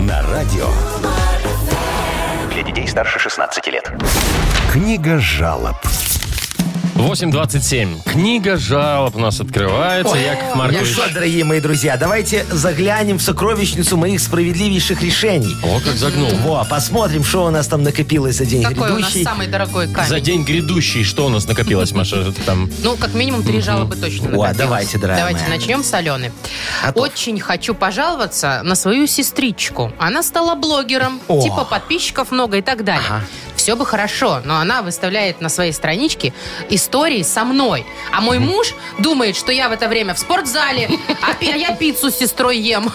S1: На радио
S5: Для детей старше 16 лет.
S1: «Книга жалоб».
S2: 8.27. Книга жалоб у нас открывается. Яков
S3: Ну
S2: Маркович.
S3: что, дорогие мои друзья, давайте заглянем в сокровищницу моих справедливейших решений.
S2: О, как загнул.
S3: Во, посмотрим, что у нас там накопилось за день
S4: Какой у нас
S3: грядущий.
S4: самый дорогой
S2: За
S4: камень?
S2: день грядущий, что у нас накопилось, Маша? Там
S4: Ну, как минимум, три жалобы точно накопилось.
S3: давайте, дорогая
S4: Давайте
S3: моя. А
S4: начнем с Алены.
S3: Готов.
S4: Очень хочу пожаловаться на свою сестричку. Она стала блогером,
S3: О.
S4: типа подписчиков много и так далее.
S3: Ага.
S4: Все бы хорошо, но она выставляет на своей страничке истории со мной. А мой муж думает, что я в это время в спортзале, а пи- а я пиццу с сестрой ем.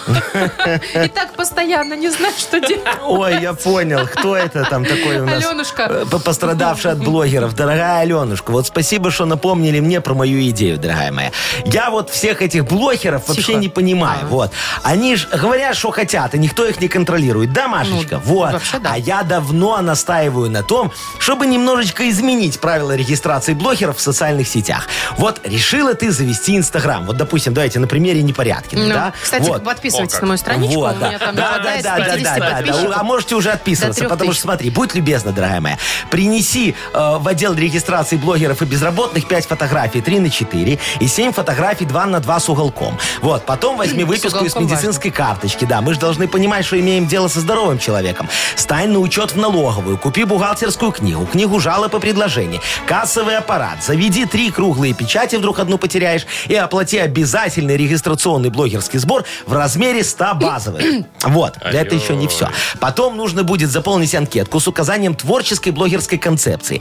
S4: И так постоянно не знаю, что делать.
S3: Ой, я понял, кто это там такой у нас?
S4: Аленушка.
S3: э, по- Пострадавший от блогеров. Дорогая Аленушка, вот спасибо, что напомнили мне про мою идею, дорогая моя. Я вот всех этих блогеров вообще не понимаю. Вот. Они же говорят, что хотят, и никто их не контролирует. Да, Машечка?
S4: Ну,
S3: вот.
S4: вообще да.
S3: А я давно настаиваю на том, чтобы немножечко изменить правила регистрации блогеров в социальных сетях. Вот решила ты завести Инстаграм. Вот, допустим, давайте на примере непорядки.
S4: Ну,
S3: да?
S4: Кстати,
S3: Вот.
S4: подписывайтесь на мою страничку,
S3: Вот,
S4: у
S3: да.
S4: меня там не
S3: да, да,
S4: хватает
S3: да, да,
S4: 50
S3: да, да, да.
S4: подписчиков.
S3: А можете уже
S4: До
S3: отписываться,
S4: трех
S3: потому
S4: тысяч.
S3: что смотри, будь любезна, дорогая моя, принеси э, в отдел регистрации блогеров и безработных 5 фотографий 3 на 4 и 7 фотографий 2 на 2 с уголком. Вот, потом возьми выписку из
S4: уголком важно.
S3: медицинской карточки, да, мы же должны понимать, что имеем дело со здоровым человеком. Стань на учет в налоговую, купи бухгалтерскую книгу, книгу жалоб и предложений, кассовый аппарат, заведи три круглые печати, вдруг одну потеряешь, и оплати обязательный регистрационный блогерский сбор в размере 100 базовых. Вот, это еще не все. Потом нужно будет заполнить анкетку с указанием творческой блогерской концепции,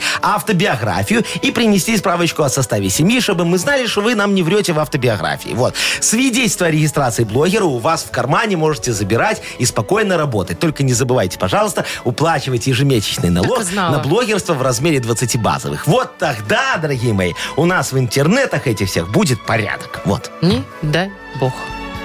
S3: автобиографию и принести справочку о составе семьи, чтобы мы знали, что вы нам не врете в автобиографии. Вот. Свидетельство о регистрации блогера у вас в кармане можете забирать и спокойно работать. Только не забывайте, пожалуйста, уплачивать ежемесячный налог
S4: и знала.
S3: на блогерство в размере 20 базовых. Вот тогда, дорогие мои, у нас в интернетах этих всех будет порядок. Вот.
S4: Не дай бог.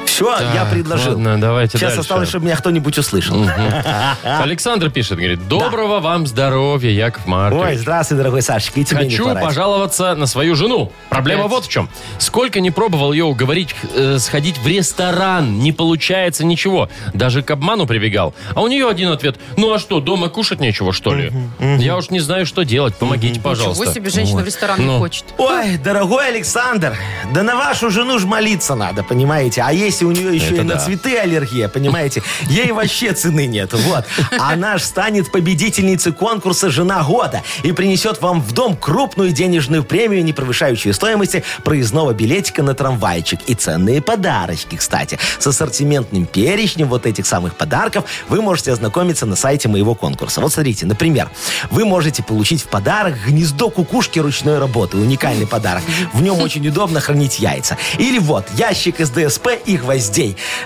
S3: Все, я предложил.
S2: ладно, давайте
S3: Сейчас
S2: дальше.
S3: осталось, чтобы меня кто-нибудь услышал. А.
S2: Александр пишет, говорит, доброго вам здоровья, Яков
S3: Ой,
S2: Маркович.
S3: здравствуй, дорогой Сашечка, и тебе не
S2: Хочу
S3: пора.
S2: пожаловаться на свою жену. Проблема
S4: Опять?
S2: вот в чем. Сколько не пробовал ее уговорить э, сходить в ресторан, не получается ничего. Даже к обману прибегал. А у нее один ответ. Ну а что, дома кушать нечего, что ли? Я уж не знаю, что делать. Помогите, пожалуйста.
S4: Чего себе женщина в ресторан не
S2: Ну.
S4: хочет?
S3: Ой, дорогой Александр, да на вашу жену ж молиться надо, понимаете? А если у нее еще
S2: Это
S3: и на
S2: да.
S3: цветы аллергия, понимаете? Ей вообще цены нет, вот. А Она ж станет победительницей конкурса «Жена года» и принесет вам в дом крупную денежную премию, не превышающую стоимости проездного билетика на трамвайчик. И ценные подарочки, кстати. С ассортиментным перечнем вот этих самых подарков вы можете ознакомиться на сайте моего конкурса. Вот смотрите, например, вы можете получить в подарок гнездо кукушки ручной работы. Уникальный подарок. В нем очень удобно хранить яйца. Или вот, ящик из ДСП и гвоздей.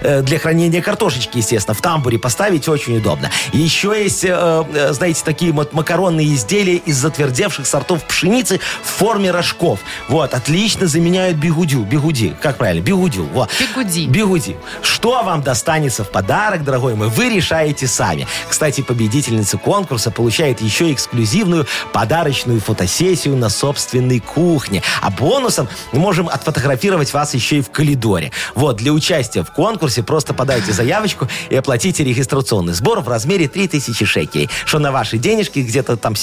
S3: Э, Для хранения картошечки, естественно, в тамбуре поставить очень удобно. Еще есть, э, э, знаете, такие вот макаронные изделия из затвердевших сортов пшеницы в форме рожков. Вот, отлично заменяют бигудю. Бигуди, как правильно? Бигудю. Вот.
S4: Бигуди.
S3: Бигуди. Что вам достанется в подарок, дорогой мой, вы решаете сами. Кстати, победительница конкурса получает еще эксклюзивную подарочную фотосессию на собственной кухне. А бонусом мы можем отфотографировать вас еще и в коридоре. Вот, для участия в конкурсе просто подайте заявочку и оплатите регистрационный сбор в размере 3000 шекелей, что на ваши денежки где-то там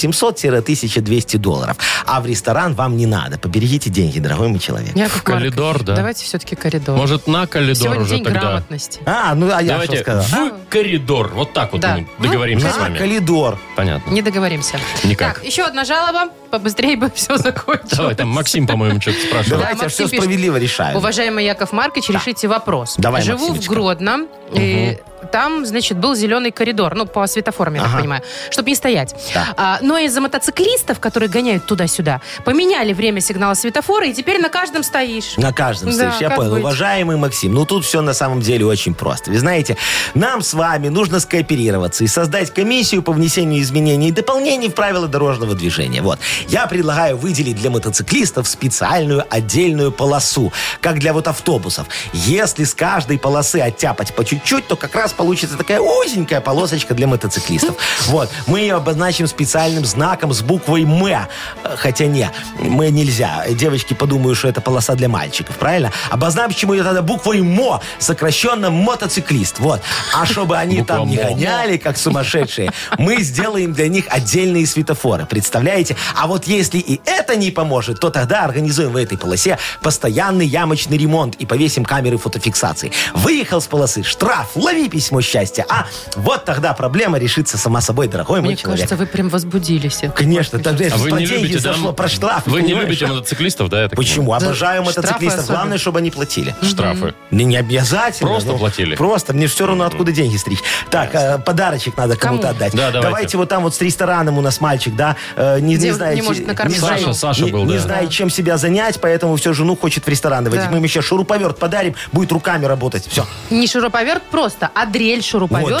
S3: 700-1200 долларов. А в ресторан вам не надо. Поберегите деньги, дорогой мой человек.
S4: Яков
S2: коридор, да.
S4: Давайте все-таки коридор.
S2: Может, на коридор
S4: Сегодня
S2: уже
S4: день
S2: тогда?
S4: грамотности.
S3: А, ну а я что
S2: Давайте
S3: сказал?
S2: в коридор. Вот так вот
S4: Да.
S2: мы договоримся
S3: На
S2: с вами.
S3: коридор.
S2: Понятно.
S4: Не договоримся.
S2: Никак.
S4: Так, еще одна жалоба. Побыстрее бы все закончилось.
S2: Давай, там Максим, по-моему, что-то спрашивал.
S4: Да.
S3: Давайте
S4: Максим
S3: все
S4: пишет.
S3: справедливо решаем.
S4: Уважаемый Яков Маркович, решите вопрос.
S3: Давай,
S4: Живу в
S3: Максимочка.
S4: Гродно, и там, значит, был зеленый коридор, ну, по светофорам, я так
S3: Ага.
S4: понимаю, чтобы не стоять.
S3: Да.
S4: А, но из-за мотоциклистов, которые гоняют туда-сюда, поменяли время сигнала светофора, и теперь на каждом стоишь.
S3: На каждом
S4: Да,
S3: встрече. Я
S4: как
S3: понял.
S4: быть?
S3: Уважаемый Максим, ну тут все на самом деле очень просто. Вы знаете, нам с вами нужно скооперироваться и создать комиссию по внесению изменений и дополнений в правила дорожного движения. Вот. Я предлагаю выделить для мотоциклистов специальную отдельную полосу, как для вот автобусов. Если с каждой полосы оттяпать по чуть-чуть, то как раз нас получится такая узенькая полосочка для мотоциклистов. Вот. Мы ее обозначим специальным знаком с буквой «М». Э, Хотя не, «М» нельзя. Девочки подумают, что это полоса для мальчиков, правильно? Обозначим ее тогда буквой «МО», сокращенно «мотоциклист». Вот. А чтобы они
S2: Буква
S3: там не
S2: «Мо».
S3: гоняли, как сумасшедшие, мы сделаем для них отдельные светофоры, представляете? А вот если и это не поможет, то тогда организуем в этой полосе постоянный ямочный ремонт и повесим камеры фотофиксации. Выехал с полосы, штраф, лови письмо счастья. А вот тогда проблема решится сама собой, дорогой мой
S4: Мне
S3: человек.
S4: кажется, вы прям возбудились. Яков
S3: Конечно,
S4: Маркович.
S3: там же
S2: А вы
S3: про
S2: не
S3: деньги
S2: любите, да?
S3: зашло, про штраф.
S2: Вы не любите мотоциклистов, да? я так
S3: Почему? Обожаю
S4: штрафы
S3: мотоциклистов.
S4: особенно.
S3: Главное, чтобы они платили.
S2: понимаю? Штрафы.
S3: Не, не обязательно.
S2: Просто
S3: ну,
S2: платили.
S3: Просто. Мне все равно, откуда деньги стричь. Так, э, подарочек надо
S4: Кому?
S3: кому-то отдать.
S2: Да, давайте.
S3: вот там вот с рестораном у нас мальчик, да, э, не,
S4: Где
S3: не
S4: не
S3: знает...
S4: может
S3: не
S4: накормить
S3: знает-
S2: жену. Саша, Саша
S3: не-
S2: был,
S3: Не
S2: да.
S3: знает, чем себя занять, поэтому все жену хочет в ресторан давать.
S4: Да.
S3: Мы им еще шуруповерт подарим, будет руками работать. Все.
S4: Не шуруповерт просто, а дрель шуруповерт.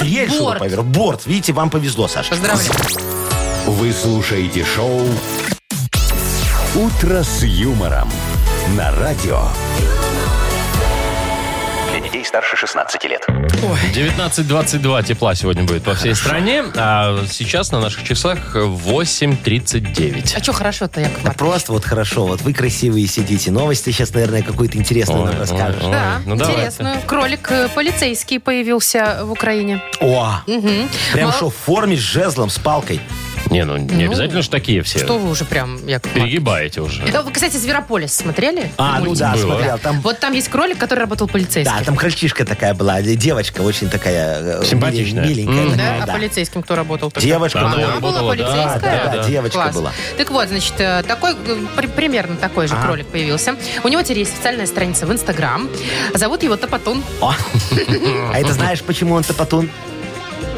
S3: вот, дрель
S4: борт.
S3: шуруповерт. Борт. Видите, вам повезло, Саша.
S4: Поздравляю.
S1: Вы слушаете шоу «Утро с юмором» на радио.
S5: Для детей старше 16 лет.
S2: 19.22 тепла сегодня будет по всей стране, а сейчас на наших часах 8.39.
S4: А что хорошо-то, Яков
S3: Да
S4: Маркович?
S3: просто вот хорошо. Вот вы красивые сидите. Новости сейчас, наверное, какую-то интересную
S2: Ой,
S3: нам расскажешь.
S2: ой, ой.
S4: Да,
S2: Ну, давай.
S4: интересно. Кролик э, полицейский появился в Украине.
S3: О!
S4: Мгм. Ну, а
S3: Прям
S4: Мало-
S3: что, в форме с жезлом, с палкой.
S2: Не, ну не
S4: Ну,
S2: обязательно же такие
S3: Э.
S2: все.
S4: Что вы уже прям, Яков Маркович?
S2: Перегибаете уже.
S4: Э, Вы, кстати, «Зверополис» смотрели?
S3: А, ну
S4: Мультик?
S3: да,
S2: было.
S3: смотрел. Там
S4: Вот там есть кролик, который работал полицейским.
S3: Да, там крольчишка такая была, девочка очень такая э,
S2: Симпатичная.
S3: миле- миленькая.
S4: Да?
S3: такая,
S4: А
S3: ну да.
S4: полицейским кто работал? тогда?
S3: Девочка
S4: Она
S2: была.
S4: была
S2: Работала, да,
S4: полицейская?
S2: да, да,
S3: девочка
S4: Класс.
S3: была.
S4: Так вот, значит, э, такой, э, при- примерно такой же
S3: Ага.
S4: кролик появился. У него теперь есть официальная страница в Инстаграм. Зовут его Топотун. Ну,
S3: О. А это знаешь, почему он топотун?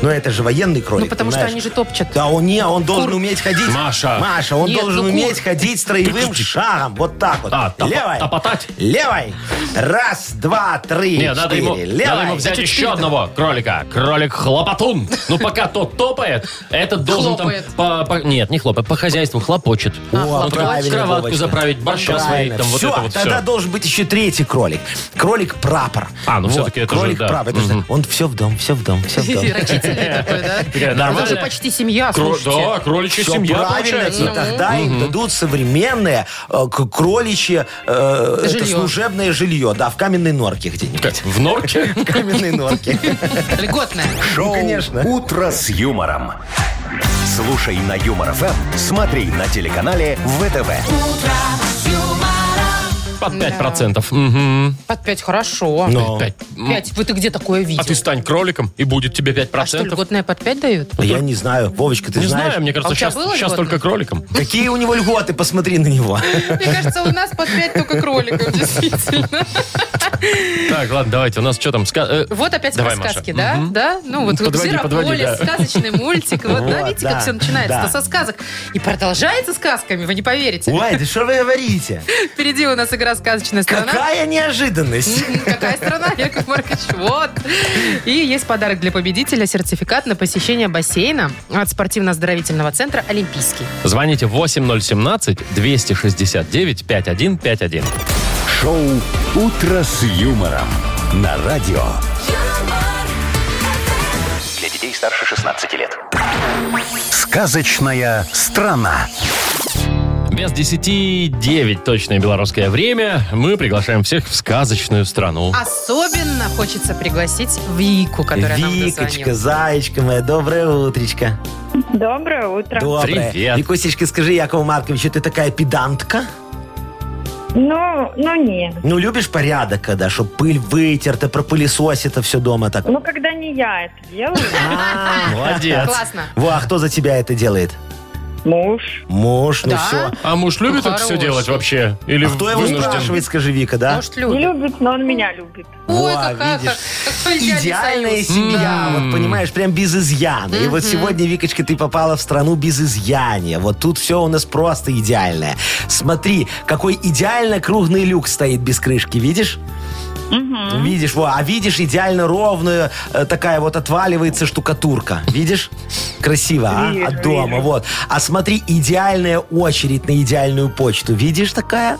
S3: Ну это же военный кролик.
S4: Ну, потому что
S3: понимаешь?
S4: они же топчат.
S3: Да он не, он должен
S4: Кур.
S3: уметь ходить.
S2: Маша.
S3: Маша, он
S4: Нет,
S3: должен
S4: ну, кур.
S3: уметь ходить строевым шагом. Вот так вот.
S2: А, топ-
S3: Левой.
S2: топотать?
S3: Левой. Раз, два, три,
S2: Не, надо
S3: четыре.
S2: ему, надо
S3: Левой.
S2: ему взять еще одного кролика. Кролик хлопотун. Ну, пока тот топает, этот должен
S4: Хлопает.
S2: там... По, по- нет, не хлопает, по хозяйству хлопочет.
S3: О,
S2: Ну, там
S3: правильно,
S2: кроватку
S3: Вовочка.
S2: заправить, борща сварить, там вот
S3: А, Всё,
S2: это вот
S3: тогда
S2: все.
S3: должен быть еще третий кролик. Кролик-прапор.
S2: А, ну всё-таки это же,
S3: кролик
S2: да.
S3: прапор. Это же- Он все в дом, все в дом, все в дом.
S4: Рачительный такой, да?
S2: Такая
S4: Это уже
S2: нормальная.
S4: почти семья,
S2: Кро- Да,
S4: слушайте.
S2: кроличья
S3: Всё
S2: семья
S3: правильно, Ну,
S2: получается.
S3: и тогда им дадут современное э, к- кроличье э, это
S4: Жильё.
S3: служебное жилье, да, в каменной норке
S2: Как,
S3: где-нибудь.
S2: в норке?
S3: В каменной норке.
S4: Льготная.
S1: Шоу
S3: конечно.
S1: «Утро с юмором». Слушай на Юмор ФМ, смотри на телеканале ВТВ.
S2: Под
S4: Да.
S2: 5%. Мгм.
S4: Под пять хорошо.
S3: Но.
S2: Пять. Ну, М.
S4: Пять. Вы ты где такое видел?
S2: А ты стань кроликом, и будет тебе
S4: А что,
S2: 5%.
S4: льготная под пять дают?
S3: Я не знаю. Вовочка, ты
S2: Не
S3: знаешь?
S2: знаю, мне
S4: А
S2: кажется,
S4: у тебя
S2: сейчас,
S4: было
S2: сейчас
S4: льготное?
S2: только кроликом.
S3: Какие у него льготы, посмотри на него.
S4: Мне кажется, у нас под пять только кроликов, действительно.
S2: Так, ладно, давайте, у нас что там? ска- э,
S4: Вот опять
S2: Давай,
S4: про сказки,
S2: Маша.
S4: да? Да? Ну вот
S2: Подводи, подводи,
S4: «Зверополис»,
S2: да.
S4: сказочный мультик. Вот, да,
S3: Вот,
S4: видите,
S3: да,
S4: как все начинается
S3: да.
S4: со сказок. И продолжается сказками, вы не поверите.
S3: Ой, да что вы говорите?
S4: Впереди у нас игра «Сказочная страна».
S3: Какая неожиданность.
S4: М, Какая страна, Яков Маркович? Вот. И есть подарок для победителя. Сертификат на посещение бассейна от спортивно-оздоровительного центра «Олимпийский».
S2: э, Звоните 8017-269-5151.
S1: Шоу «Утро с юмором» на радио.
S5: Для детей старше 16 лет.
S1: Сказочная страна.
S2: Без 10 9 точное белорусское время. Мы приглашаем всех в сказочную страну.
S4: Особенно хочется пригласить Вику, которая нам
S3: Викочка,
S4: дозвонилась.
S3: зайчка моя, доброе утречко.
S6: Доброе утро.
S3: Доброе.
S2: Привет.
S3: Викусечка, скажи, Якову Марковичу, ты такая педантка?
S6: Ну, ну не.
S3: Ну, любишь порядок, когда, чтоб пыль вытерта, пропылесось это все дома так.
S6: Ну, когда не я это делаю,
S3: А,
S2: Молодец.
S4: Классно.
S3: Во, а кто за тебя это делает?
S6: муж.
S3: Муж, ну
S4: Да?
S3: все.
S2: А муж любит это все
S4: Хороший.
S2: делать вообще? Или
S3: А кто его
S2: вынужден?
S3: спрашивает, скажи, Вика, да?
S4: Может,
S6: Не
S4: люди.
S6: любит, но он меня любит.
S3: Во,
S4: Ой, какая
S3: видишь.
S4: какой идеальный
S3: Идеальная
S4: союз.
S3: семья, вот понимаешь, прям без изъяна. И вот сегодня, Викочка, ты попала в страну без изъяния. Вот тут все у нас просто идеальное. Смотри, какой идеально круглый люк стоит без крышки, видишь? Видишь, во, а видишь идеально ровную, э, такая вот отваливается штукатурка. Видишь? Красиво, а?
S6: Вижу,
S3: От дома,
S6: вижу.
S3: вот. А смотри, идеальная очередь на идеальную почту. Видишь такая?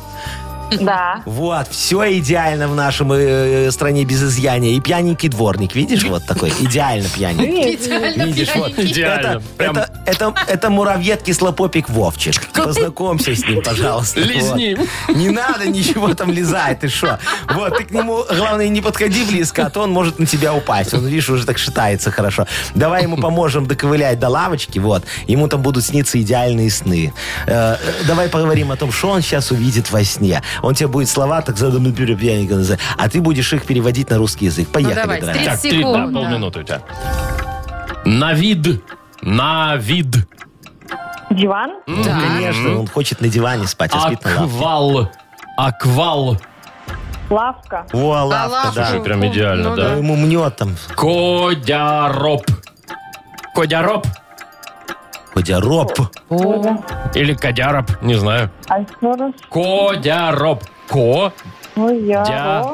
S6: Да.
S3: Вот, все идеально в нашем э, стране без изъяния. И пьяненький дворник, видишь, вот такой, идеально пьяненький.
S4: Идеально
S3: Видишь, вот.
S4: пьяненький.
S2: Идеально.
S3: Это,
S2: Прям
S3: это, это, это муравьед кислопопик Вовчик. Познакомься с ним, пожалуйста.
S2: Лизни.
S3: Вот. Не надо ничего там лизать, ты что? Вот, ты к нему, главное, не подходи близко, а то он может на тебя упасть. Он, видишь, уже так шатается хорошо. Давай ему поможем доковылять до лавочки, вот. Ему там будут сниться идеальные сны. Э, э, давай поговорим о том, что он сейчас увидит во сне. Он тебе будет слова так задом наперед пьяненько называть, а ты будешь их переводить на русский язык.
S4: Ну,
S3: Поехали,
S4: давай,
S3: дорогая.
S4: 30
S2: Так, три, да,
S4: секунд. да.
S2: полминуты у тебя. На вид. На вид.
S6: Диван.
S3: Ну, Конечно, он хочет на диване спать, а спит на лавке.
S2: Аквал. Аквал.
S6: Лавка.
S3: О,
S4: А
S3: лавка,
S4: лавку,
S3: да.
S2: Слушай, прям идеально,
S4: ну
S2: да.
S3: Ему мнет там.
S2: Кодяроб. Кодяроб
S3: Хотя роб.
S4: О,
S2: или кодяроб, не знаю.
S6: А еще раз.
S2: Кодяроб. Кодяроб.
S6: Ой, я.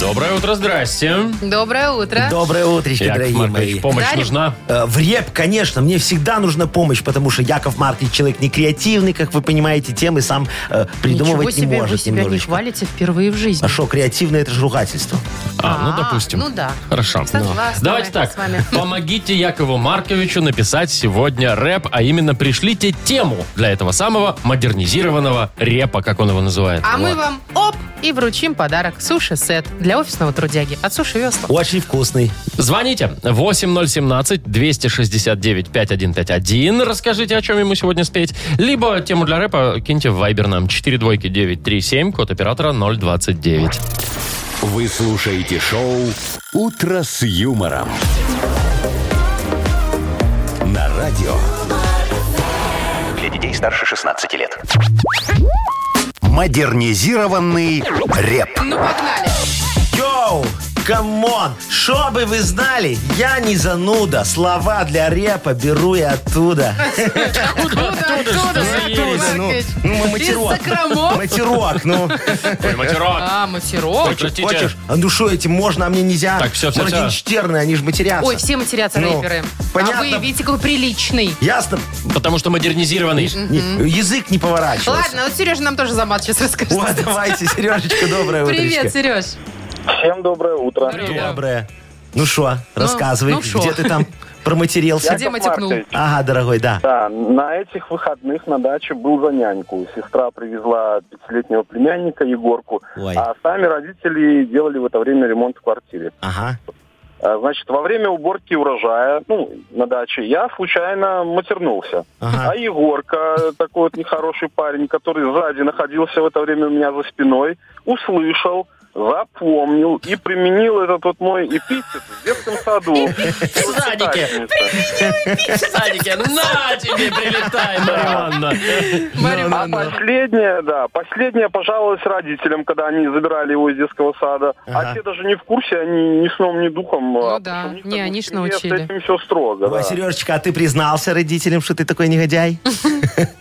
S2: Доброе утро, здрасте.
S4: Доброе утро.
S3: Доброе утречко,
S2: Яков
S3: дорогие
S2: Маркович,
S3: мои.
S2: помощь
S4: Дарим?
S2: нужна?
S3: Э, В реп, конечно, мне всегда нужна помощь, потому что Яков Маркович человек не креативный, как вы понимаете, тем и сам э, придумывать
S4: Ничего себе,
S3: не может
S4: вы себя
S3: немножечко.
S4: не хвалите впервые в жизни.
S3: А что, креативное это же ругательство.
S2: А, ну
S4: А,
S2: допустим.
S4: ну да.
S2: Хорошо.
S4: Согласна
S3: Ну,
S2: Давайте
S4: я
S2: так.
S4: с вами.
S2: Помогите Якову Марковичу написать сегодня рэп, а именно пришлите тему для этого самого модернизированного репа, как он его называет.
S4: А мы
S2: Вот.
S4: вам оп и вручим подарок суши-сет для офисного трудяги от Суши Весла.
S3: Очень вкусный.
S2: Звоните 8017-269-5151. Расскажите, о чем ему сегодня спеть. Либо тему для рэпа киньте в Viber нам 42937, код оператора 029.
S1: Вы слушаете шоу «Утро с юмором». На радио
S5: Для детей старше 16 лет.
S1: «Модернизированный реп».
S4: Ну, погнали.
S3: Йоу! Камон! Шо бы вы знали, я не зануда. Слова для репа беру я оттуда.
S4: Оттуда,
S2: Заелись,
S4: Яков
S3: ну,
S4: Маркович?
S3: ну, мы матерок.
S4: Из Сокромов?
S3: Матерок, ну.
S2: Ой, матерок.
S4: А, матерок.
S2: Прекратите.
S3: Хочешь? А ну шо этим можно, а мне нельзя.
S2: Так, всё, всё, всё.
S3: Моргенштерны, они же матерятся.
S4: Ой, все матерятся
S3: Ну,
S4: рэперы.
S3: понятно.
S4: А вы, видите, какой приличный.
S3: Ясно?
S2: Потому что модернизированный.
S3: Не- Язык не поворачивается.
S4: Ладно, вот Сережа нам тоже за мат сейчас расскажет.
S3: Вот, давайте, Сережечка, доброе
S4: Привет,
S3: утречко.
S4: Сереж.
S7: Всем доброе утро.
S3: Доброе. Ну шо, рассказывай,
S4: ну шо?
S3: где ты там проматерился?
S4: Где Ну, матюкнул?
S3: Ага, дорогой, да.
S7: Э, Да, на этих выходных на даче был за няньку. Сестра привезла пятилетнего племянника Егорку,
S3: Ой,
S7: а сами родители делали в это время ремонт в квартире.
S3: ага.
S7: А, Значит, во время уборки урожая, ну, на даче, я случайно матернулся.
S3: Ага.
S7: А Егорка, такой вот нехороший парень, который сзади находился в это время у меня за спиной, услышал, запомнил и применил этот вот мой эпитет в детском саду.
S2: Садике. Садике, на тебе прилетай, Марианна.
S4: Марья
S7: А последнее, да, последнее пожаловалось родителям, когда они забирали его из детского сада.
S3: Ага.
S7: А те даже не в курсе, они ни сном, ни духом.
S4: Ну
S7: а,
S4: да,
S7: потому что у них
S4: не,
S7: как бы
S4: они ж
S7: в семье
S4: научили.
S7: С этим все строго, да.
S3: Ой, Сережечка, а ты признался родителям, что ты такой негодяй?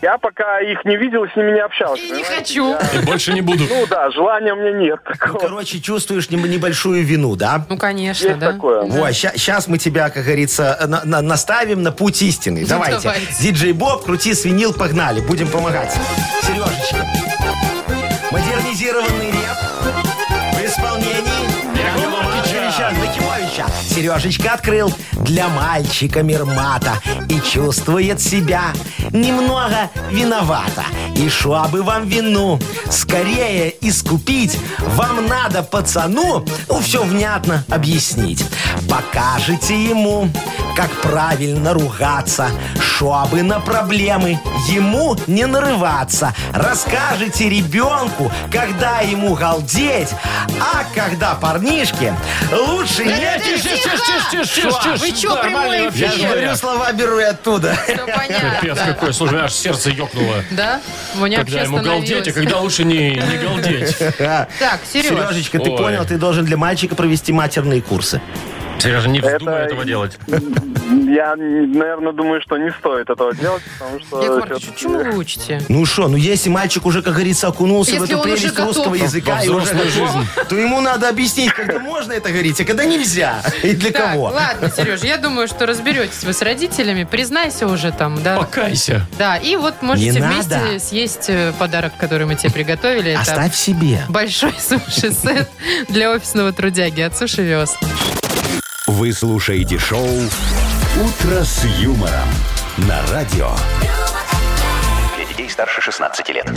S7: Я пока их не видел, с ними не общался.
S4: И не
S7: понимаете?
S4: хочу.
S7: Я-
S2: И больше не буду.
S7: Ну да, желания у меня нет
S3: Ну,
S7: такого.
S3: короче, чувствуешь нем- небольшую вину, да?
S4: Ну, конечно,
S7: Есть
S4: да.
S7: такое.
S3: Вот, сейчас мы тебя, как говорится, на- на- наставим на путь истины. Давайте.
S4: давайте.
S3: Диджей Боб, крути свинил, погнали. Будем помогать. Сережечка. Модернизированный реп в исполнении Якова Марковича Нахимовича. Сережечка открыл для мальчика Мирмата и чувствует себя немного виновата. И шуабы вам вину скорее искупить, вам надо пацану ну, все внятно объяснить. Покажите ему, как правильно ругаться, шуабы на проблемы ему не нарываться. Расскажите ребенку, когда ему галдеть, а когда парнишке лучше
S2: Э,
S3: не...
S2: Тише, тише, тише, тише, тише,
S3: Шла.
S2: тише.
S4: Вы чё,
S2: Нормально
S4: прямой
S2: вообще
S4: эфир?
S2: говорю.
S3: слова беру и оттуда.
S4: Всё
S2: Капец
S4: понятно.
S2: какой, слушай, у меня аж сердце ёкнуло.
S4: Да? У меня
S2: Когда
S4: вообще
S2: ему галдеть, а
S4: остановилось.
S2: когда лучше не, не галдеть.
S4: Так, Сереж,
S3: Сережечка, ты
S2: Ой.
S3: понял, ты должен для мальчика провести матерные курсы.
S2: Сережа, не вздумай
S7: Это-
S2: этого делать.
S7: Я, наверное, думаю, что не стоит этого делать, потому что...
S4: Яков Маркович,
S7: всё-таки-
S4: чему вы учите?
S3: Ну что, ну если мальчик уже, как говорится, окунулся
S4: Если
S3: в эту
S4: он уже
S3: прелесть
S4: готов.
S3: русского языка
S2: Во
S3: и уже
S2: взрослую
S3: готов,
S2: жизнь.
S3: то ему надо объяснить, когда можно это говорить, а когда нельзя. И для
S4: Так,
S3: кого.
S4: ладно, Сереж, я думаю, что разберетесь вы с родителями. Признайся уже там, да?
S2: Покайся.
S4: Да, и вот можете
S3: Не
S4: вместе
S3: надо.
S4: съесть э, подарок, который мы тебе приготовили. Это
S3: Оставь себе.
S4: большой суши-сет для офисного трудяги от Суши Весла.
S1: Вы слушаете шоу «Утро с юмором» на радио.
S3: А,
S5: Для детей старше 16 лет.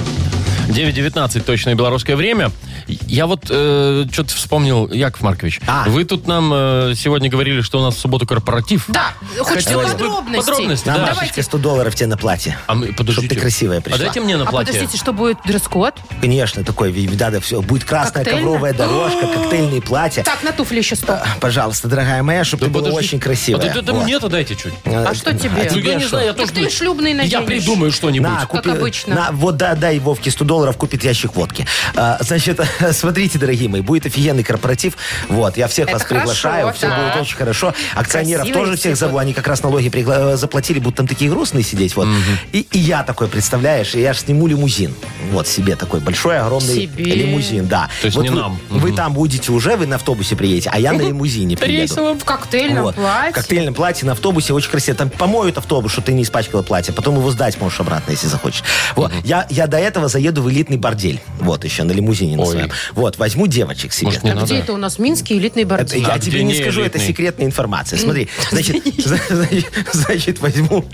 S2: 9.19 точное белорусское время. Я вот что-то вспомнил, Яков Маркович.
S3: А.
S2: Вы тут нам э, сегодня говорили, что у нас в субботу корпоратив.
S4: Да, хочется
S2: Хотелось бы
S4: подробностей.
S2: подробности, да.
S4: Давайте.
S3: Машечка, 100 долларов тебе на платье.
S2: А мы, подождите.
S3: Чтоб ты красивая пришла.
S2: А дайте мне на
S4: А
S2: платье.
S4: подождите, что будет дресс-код?
S3: Конечно, такой, ви- да, да, все. Будет красная
S4: Коктейльно?
S3: ковровая дорожка, коктейльные
S2: Э.
S3: платья.
S4: Так, на туфли еще сто.
S3: Пожалуйста, дорогая моя, чтобы
S2: Да
S3: ты была
S2: подожди.
S3: очень красивая.
S2: А да- да
S3: Вот. Э,
S2: мне-то дайте чуть.
S4: А что тебе?
S2: Ну, я не
S3: что?
S2: знаю, я
S4: Так
S2: тоже...
S4: ты и шлюбный
S2: Я
S4: наденешь.
S2: придумаю что-нибудь.
S3: На,
S4: Как обычно.
S3: на, вот да, дай Вовке 100 долларов, купит ящик водки. А, значит, смотрите, дорогие мои, будет офигенный корпоратив. Вот, я всех
S4: Это
S3: вас приглашаю,
S4: хорошо,
S3: все
S4: да.
S3: будет очень хорошо. Акционеров
S4: Красивые
S3: тоже
S4: все
S3: всех зову,
S4: будут.
S3: они как раз налоги пригла- э, заплатили, будут там такие грустные сидеть. Вот. И, и я такой, представляешь, и я ж сниму лимузин. Вот себе такой большой, огромный
S4: Себе.
S3: лимузин, да.
S2: То есть
S3: Вот
S2: не
S3: вы,
S2: нам.
S3: Вы там будете уже, вы на автобусе приедете, а я на лимузине приеду.
S4: В коктейльном
S3: Вот.
S4: платье.
S3: В коктейльном платье на автобусе очень красиво. Там помоют автобус, что ты не испачкала платье. а Потом его сдать можешь обратно, если захочешь. Вот. Я, я до этого заеду в элитный бордель. Вот еще на лимузине на
S2: Ой.
S3: своем. Вот, возьму девочек себе.
S2: Может, не
S4: А
S2: надо?
S4: где это у нас? Минский элитный
S3: Это
S4: бордель.
S3: я
S2: А где
S3: тебе не
S2: не
S3: скажу, это
S2: элитный?
S3: секретная информация. Смотри, значит, за- значит, значит, возьму,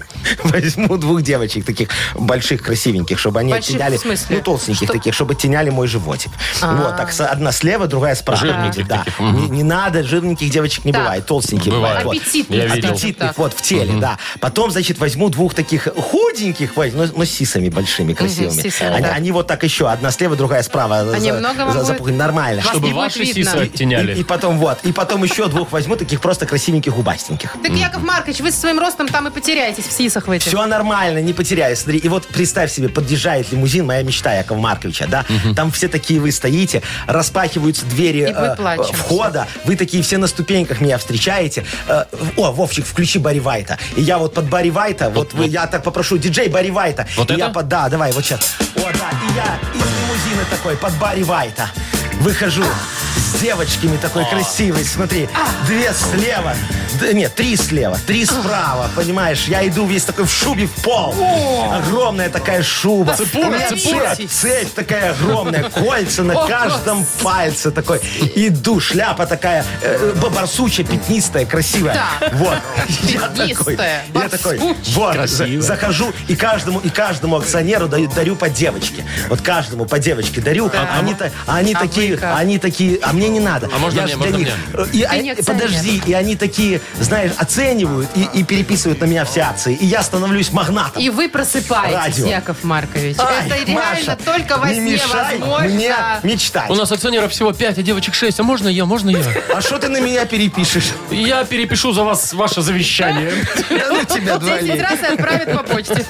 S3: возьму двух девочек таких больших, красивеньких, чтобы они
S4: Больших
S3: оттеняли,
S4: в смысле? А.
S3: ну, толстеньких таких, чтобы оттеняли мой животик. Вот, так с- одна слева, другая справа.
S2: Жирненьких
S3: будет, да.
S2: таких, мгм.
S3: Не, не надо, жирненьких девочек не
S4: Так.
S3: бывает, толстенькие
S2: Бывает.
S3: бывают. Вот.
S4: Аппетитных,
S2: Я видел.
S4: скажем
S3: Аппетитных,
S4: так.
S3: вот, в теле, да. Потом, значит, возьму двух таких худеньких, возь- но, но с сисами большими, красивыми.
S4: с сисами,
S3: они,
S4: да.
S3: они вот так еще, одна слева, другая справа.
S4: Они много вам будет?
S3: запуганы. Нормально.
S4: Вас
S2: Чтобы
S4: не будет
S2: ваши
S4: видно.
S2: сисы
S4: И-
S2: оттеняли.
S3: И, и потом вот. И потом еще двух возьму, таких просто красивеньких губастеньких.
S4: Так, Яков Маркович, вы со своим ростом там и потеряетесь в сисах в этих.
S3: Все нормально, не потеряй. Смотри, и вот представь себе, подъезжает лимузин, моя мечта Якова Марковича, да? Там все такие вы стоите, распахиваются двери э,
S4: И мы плачем.
S3: входа, вы такие все на ступеньках меня встречаете. Э, о, Вовчик, включи Барри Вайта. И я вот под Барри Вайта, вот, вы- я так попрошу, диджей Барри Вайта.
S2: Вот
S3: И я
S2: это?
S3: под- да, давай, вот сейчас. О, да, и я из лимузина такой, под Барри Вайта. Выхожу с девочками такой красивой, смотри. Две слева, д- нет, три слева, три справа, понимаешь? Я иду весь такой в шубе в пол. Огромная такая шуба.
S4: Цепура,
S3: У меня
S4: цепура.
S3: цепь, Цепь такая огромная, кольца на каждом пальце такой. Иду, шляпа такая э, б- барсучья, пятнистая, красивая.
S4: Да.
S3: Вот. Я такой,
S4: Пятнистая,
S3: я такой,
S4: барсучья.
S3: вот, за- захожу и каждому, и каждому акционеру даю, дарю по девочке. Вот каждому по девочке дарю. А Они, та- а они
S4: А вы
S3: такие,
S4: как?
S3: они такие, а мне не надо.
S2: А можно мне,
S3: ж
S2: можно
S3: для них. И, а-
S4: не акционер.
S3: подожди, и они такие, знаешь, оценивают и, и переписывают на меня все акции. И я становлюсь магнатом.
S4: И вы просыпаетесь,
S3: Радио.
S4: Яков Маркович.
S3: Ай,
S4: Это реально
S3: Маша,
S4: только во
S3: не
S4: сне
S3: мешай
S4: возможно.
S3: мне мечтать.
S2: У нас акционеров всего 5, а девочек 6. А можно я, можно я?
S3: А что ты на меня перепишешь?
S2: Я перепишу за вас ваше завещание.
S3: Я на тебя
S4: Ну, Десять
S3: двалей.
S4: раз и отправят по почте.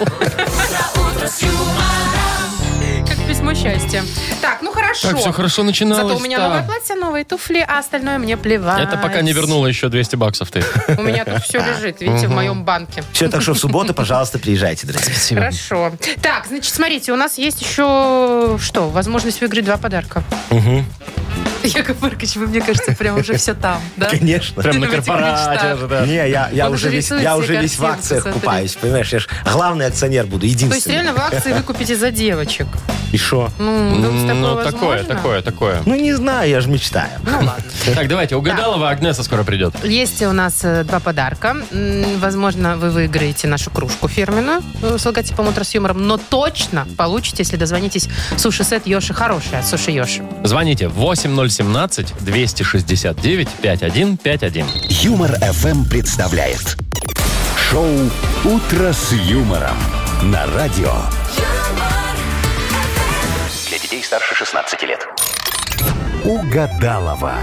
S4: Как письмо счастья. Так, ну хорошо.
S2: Так, все хорошо начиналось.
S4: Зато у меня
S2: да.
S4: новое платье, новые туфли, а остальное мне плевать.
S2: Это пока не вернула еще 200 баксов ты.
S4: У меня тут все лежит, видите, в моем банке.
S3: Все, так что в субботу, пожалуйста, приезжайте, друзья.
S4: Хорошо. Так, значит, смотрите, у нас есть еще что? Возможность выиграть два подарка. Яков Маркович, вы, мне кажется, прям уже все там, да?
S3: Конечно.
S2: Прям на
S4: В этих
S2: корпорате
S4: мечтах.
S2: же, да.
S3: Не, я, я
S4: Он
S3: уже
S4: же
S3: весь,
S4: рисует
S3: я
S4: себе
S3: уже весь в
S4: картинку,
S3: акциях
S4: смотри.
S3: купаюсь, понимаешь? Я же главный акционер буду,
S4: То
S3: единственный.
S4: есть реально в акции вы купите за девочек.
S3: И шо?
S4: Ну, думаете, такое
S2: Ну, такое,
S4: возможно?
S2: такое, такое.
S3: Ну, не знаю, я же мечтаю.
S4: Ну, ладно.
S2: Так, давайте, угадалова Агнеса скоро придет.
S4: Есть у нас э, два подарка. М, Возможно, вы выиграете нашу кружку фирменную э, с логотипом «Утро с юмором», но точно получите, если дозвонитесь, суши-сет Йоши хороший от Суши Йоши.
S2: Звоните 8017-269-5151.
S1: Юмор FM представляет шоу Утро с юмором на радио.
S5: Для детей старше 16 лет.
S1: Угадалова.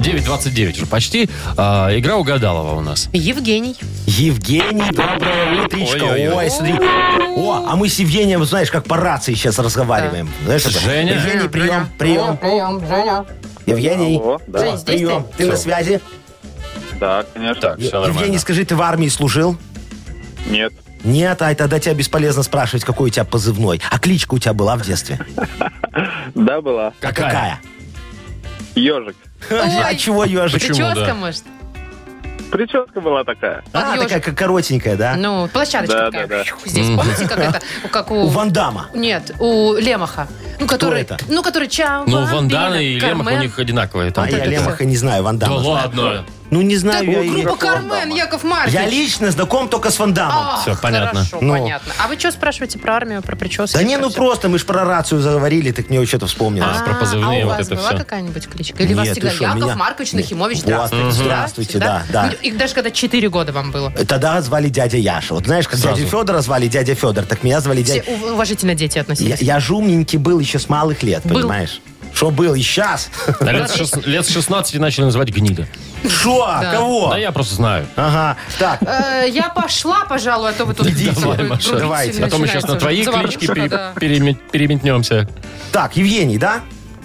S2: 9.29 уже почти. А, игра угадалова у нас.
S4: Евгений.
S3: Евгений, доброе утречко.
S2: Ой-ой-ой.
S3: Ой, смотри. О, а мы с Евгением, знаешь, как по рации сейчас разговариваем. Знаешь, это-
S2: Женя.
S3: Евгений, прием, прием. Евгений,
S7: Алло, да,
S4: Жень, здесь
S3: прием. Ты на связи?
S7: да, конечно.
S2: Так, все
S3: Евгений,
S2: нормально.
S3: скажи, ты в армии служил?
S7: Нет,
S3: Нет, ай, тогда тебя бесполезно спрашивать, какой у тебя позывной. А кличка у тебя была в детстве?
S7: да, была.
S3: Какая?
S7: Ежик.
S3: А чего ежик?
S4: Прическа,
S2: да?
S4: может?
S7: Прическа была такая.
S3: А,
S4: ежик.
S3: такая как коротенькая, да?
S4: Ну, площадочка
S7: Да,
S4: такая.
S7: да,
S4: Здесь помните, как это? Как у...
S3: У Вандама.
S4: Нет, у Лемаха. Ну, который...
S3: это?
S4: Ну, который Чао
S2: Ну,
S4: Ван
S2: Вандана и
S4: Бина,
S2: Лемах у
S4: Кармен.
S2: них одинаковые.
S3: А
S2: Там.
S3: я
S4: это
S3: Лемаха не знаю,
S2: Да
S3: Вандама.
S2: ладно.
S3: Ну, не
S4: Так,
S3: знаю я и-
S4: группа А, Кармен, Яков Маркович.
S3: Я лично знаком только с Вандамом.
S4: Ах,
S2: Всё, понятно.
S4: Хорошо,
S3: Ну.
S4: понятно. А вы что спрашиваете про армию, про прически?
S3: Да не,
S4: про
S3: ну
S4: всё?
S3: просто, мы ж про рацию заговорили, так мне что-то вспомнилось.
S2: А, про позывные
S4: а у
S2: вот
S4: вас
S2: это
S4: была
S2: всё.
S4: какая-нибудь кличка? Или вас
S3: Нет,
S4: всегда
S3: ты шо,
S4: Яков
S3: меня-
S4: Маркович
S3: Нет.
S4: Нахимович?
S3: Вот, здравствуйте, да, да.
S4: Ну, И даже когда 4 года вам было.
S3: Тогда звали дядя Яша. Вот знаешь, как
S2: Сразу.
S3: дядю Федора звали дядя Федор, так меня звали
S4: Все
S3: дядя...
S4: ув- уважительно дети
S3: Я,
S4: относились.
S3: я ж умненький был еще с малых лет,
S4: Был.
S3: понимаешь? Что был и сейчас?
S2: А Лет, с шест- лет с 16 начали называть гнида.
S3: Что? Кого?
S2: Да я просто знаю.
S3: Ага, так.
S4: Э, Я пошла, пожалуй, а то вы тут...
S3: Идите.
S4: такой
S2: Давай, Маша,
S4: грубитель
S3: давайте.
S2: А то мы сейчас
S4: начинается
S2: на
S4: уже.
S2: твои
S4: Заварушка,
S2: клички пере-
S4: да.
S2: переме- переметнемся.
S3: Так, Евгений, да?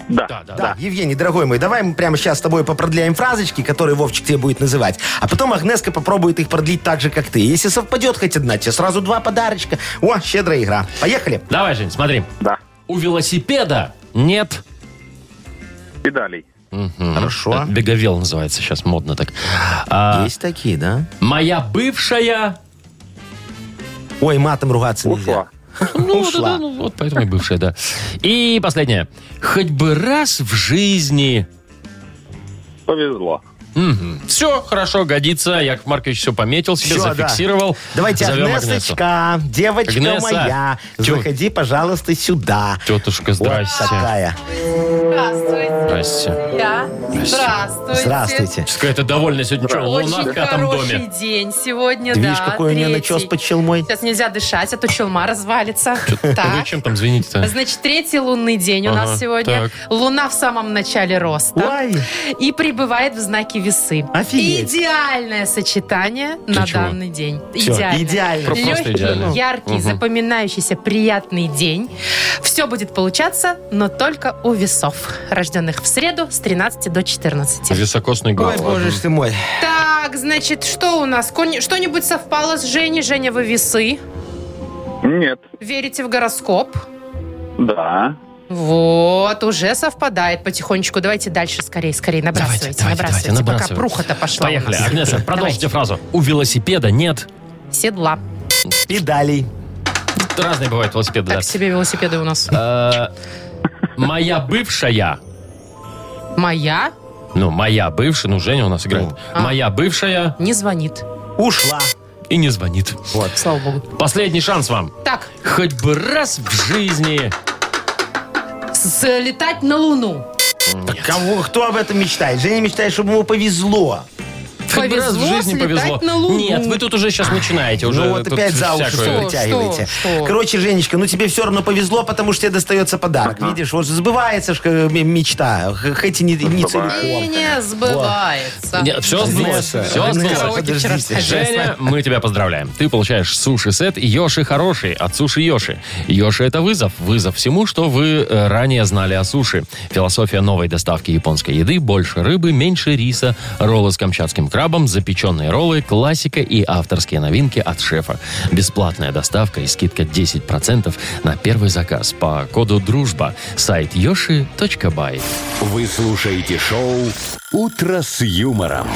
S7: Да.
S2: Да, да,
S3: Да, Евгений, дорогой мой, давай мы прямо сейчас с тобой попродляем фразочки, которые Вовчик тебе будет называть. А потом Агнеска попробует их продлить так же, как ты. Если совпадет хоть одна, тебе сразу два подарочка. О, щедрая игра. Поехали.
S2: Давай, Жень, смотри.
S7: Да.
S2: У велосипеда нет...
S7: Педалей.
S3: Хорошо.
S2: Беговел называется сейчас, модно так. А,
S3: Есть такие, да?
S2: моя бывшая...
S3: Ой, матом ругаться нельзя.
S7: Ушла.
S2: Ну,
S3: Ушла.
S2: да, да, ну, вот поэтому и бывшая, да. И последняя. Хоть бы раз в жизни...
S7: Повезло.
S2: Все, хорошо, годится. Яков Маркович все пометил себе,
S3: Всё, да.
S2: зафиксировал.
S3: Давайте,
S2: Зовем
S3: Агнесочка, девочка
S2: Агнеса.
S3: моя,
S2: Тю.
S3: заходи, пожалуйста, сюда.
S2: Агнесу. Тетушка, здрасте.
S3: Вот такая.
S4: Здравствуйте.
S2: здрасте.
S4: Да. Здравствуйте.
S3: Здравствуйте.
S2: Сейчас Какая-то довольная сегодня. Что, луна
S4: Очень
S2: в пятом
S4: хороший
S2: доме?
S4: день сегодня,
S3: Ты
S4: да.
S3: видишь, какой у нее
S4: третий.
S3: начес под челмой?
S4: Сейчас нельзя дышать, а то челма развалится.
S2: Вы
S4: Так.
S2: чем там звените-то?
S4: Значит, третий лунный день у
S2: Ага,
S4: нас сегодня.
S2: так.
S4: Луна в самом начале роста.
S3: Ой,
S4: И прибывает в знаке весы.
S3: Офигеть.
S4: Идеальное сочетание на
S2: чего?
S4: данный день.
S3: Всё,
S4: Идеально.
S3: идеально.
S2: Просто
S4: Легкий,
S2: идеально.
S4: яркий, запоминающийся, приятный день. Все будет получаться, но только у весов, рожденных в среду с 13 до 14.
S2: Високосный
S3: Ой,
S2: голос.
S3: боже ж ты мой.
S4: Так, значит, что у нас? Конь- Что-нибудь совпало с Женей? Женя, вы весы.
S7: Нет.
S4: Верите в гороскоп?
S7: Да.
S4: Вот, уже совпадает потихонечку. Давайте дальше скорее, скорее набрасывайте.
S2: давайте,
S4: набрасывайте,
S2: давайте,
S4: пока
S2: набрасывай.
S4: пруха-то пошла у
S2: Поехали.
S4: нас.
S2: Агнеса, продолжите фразу. У велосипеда нет...
S4: Седла.
S3: Педалей.
S2: Разные бывают велосипеды, да.
S4: Так себе велосипеды у нас.
S2: Э, Моя бывшая...
S4: Моя
S2: Ну, моя бывшая, ну, Женя у нас играет.
S4: А.
S2: Моя бывшая
S4: не звонит.
S3: Ушла.
S2: и не звонит.
S3: Вот.
S4: Слава богу.
S2: Последний шанс вам.
S4: Так,
S2: Хоть бы раз в жизни.
S4: с- летать на Луну.
S3: Так кого, кто об этом мечтает? Женя мечтает, чтобы ему повезло.
S2: Хоть бы раз в
S4: Повезло
S2: жизни
S4: слетать
S2: повезло.
S4: на Луну.
S2: Нет, вы тут уже сейчас начинаете. Уже
S3: ну вот
S2: а тут
S3: опять за уши
S2: всякое.
S3: все вытягиваете.
S4: Что? Что?
S3: Короче, Женечка, ну тебе все равно повезло, потому что тебе достается подарок. Видишь, вот сбывается ж, э, м- мечта, х- хоть и не, не
S4: И
S3: целиком.
S4: не сбывается.
S2: Нет, все сбылось.
S3: Агнеса,
S2: Все
S3: Агнеса,
S2: сбылось.
S4: Караоке вчера
S3: подождите.
S2: Женя, мы тебя поздравляем. Ты получаешь суши-сет Йоши Хороший от Суши Йоши. Йоши – это вызов. Вызов всему, что вы э, ранее знали о суши. Философия новой доставки японской еды – больше рыбы, меньше риса, роллы с камчатским крабом, запеченные роллы, классика и авторские новинки от шефа. Бесплатная доставка и скидка 10% на первый заказ по коду «Дружба». Сайт yoshi.by.
S1: Вы слушаете шоу Утро с юмором.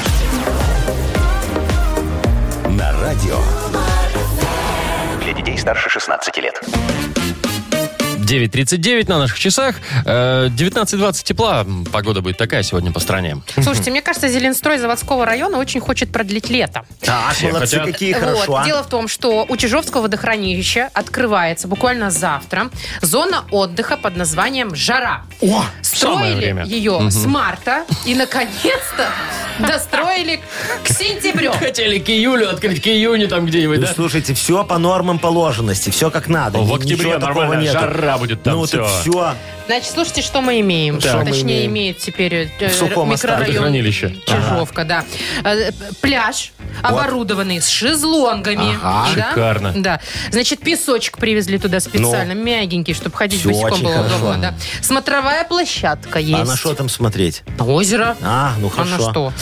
S1: На радио
S5: Для детей старше 16 лет.
S2: 9.39 на наших часах. Э, 19.20 тепла. Погода будет такая сегодня по стране.
S4: Слушайте, мне кажется, Зеленстрой заводского района очень хочет продлить лето.
S3: Так, молодцы,
S2: хотя-
S3: какие хорошо.
S4: Вот.
S3: а.
S4: Дело в том, что у Чижовского водохранилища открывается буквально завтра зона отдыха под названием «Жара».
S2: О, самое
S4: Строили
S2: время.
S4: ее с марта и, наконец-то, достроили к сентябрю.
S2: Хотели к июлю открыть, к июню там где-нибудь,
S3: Ну,
S2: да?
S3: слушайте, все по нормам положенности, все как надо.
S2: В
S3: ни-
S2: октябре
S3: ничего такого
S2: нормально,
S3: нету.
S2: жара будет там,
S3: Ну,
S2: всё.
S3: так все.
S4: Значит, слушайте, что мы имеем.
S3: Так. Что мы
S4: Точнее,
S3: имеем?
S4: имеет теперь э,
S3: В сухом остатке.
S4: микрорайон
S2: Хранилище.
S4: Чижовка, да. Э, Пляж, оборудованный с шезлонгами.
S3: Ага. Ну,
S4: Да?
S2: Шикарно.
S4: Да. Значит, песочек привезли туда специально, мягенький, чтобы ходить
S3: Всё
S4: босиком
S3: очень
S4: было
S3: хорошо.
S4: удобно. Да. Смотровая площадка есть.
S3: А на что там смотреть?
S4: Озеро.
S3: А, ну
S4: А
S3: хорошо.
S4: на что?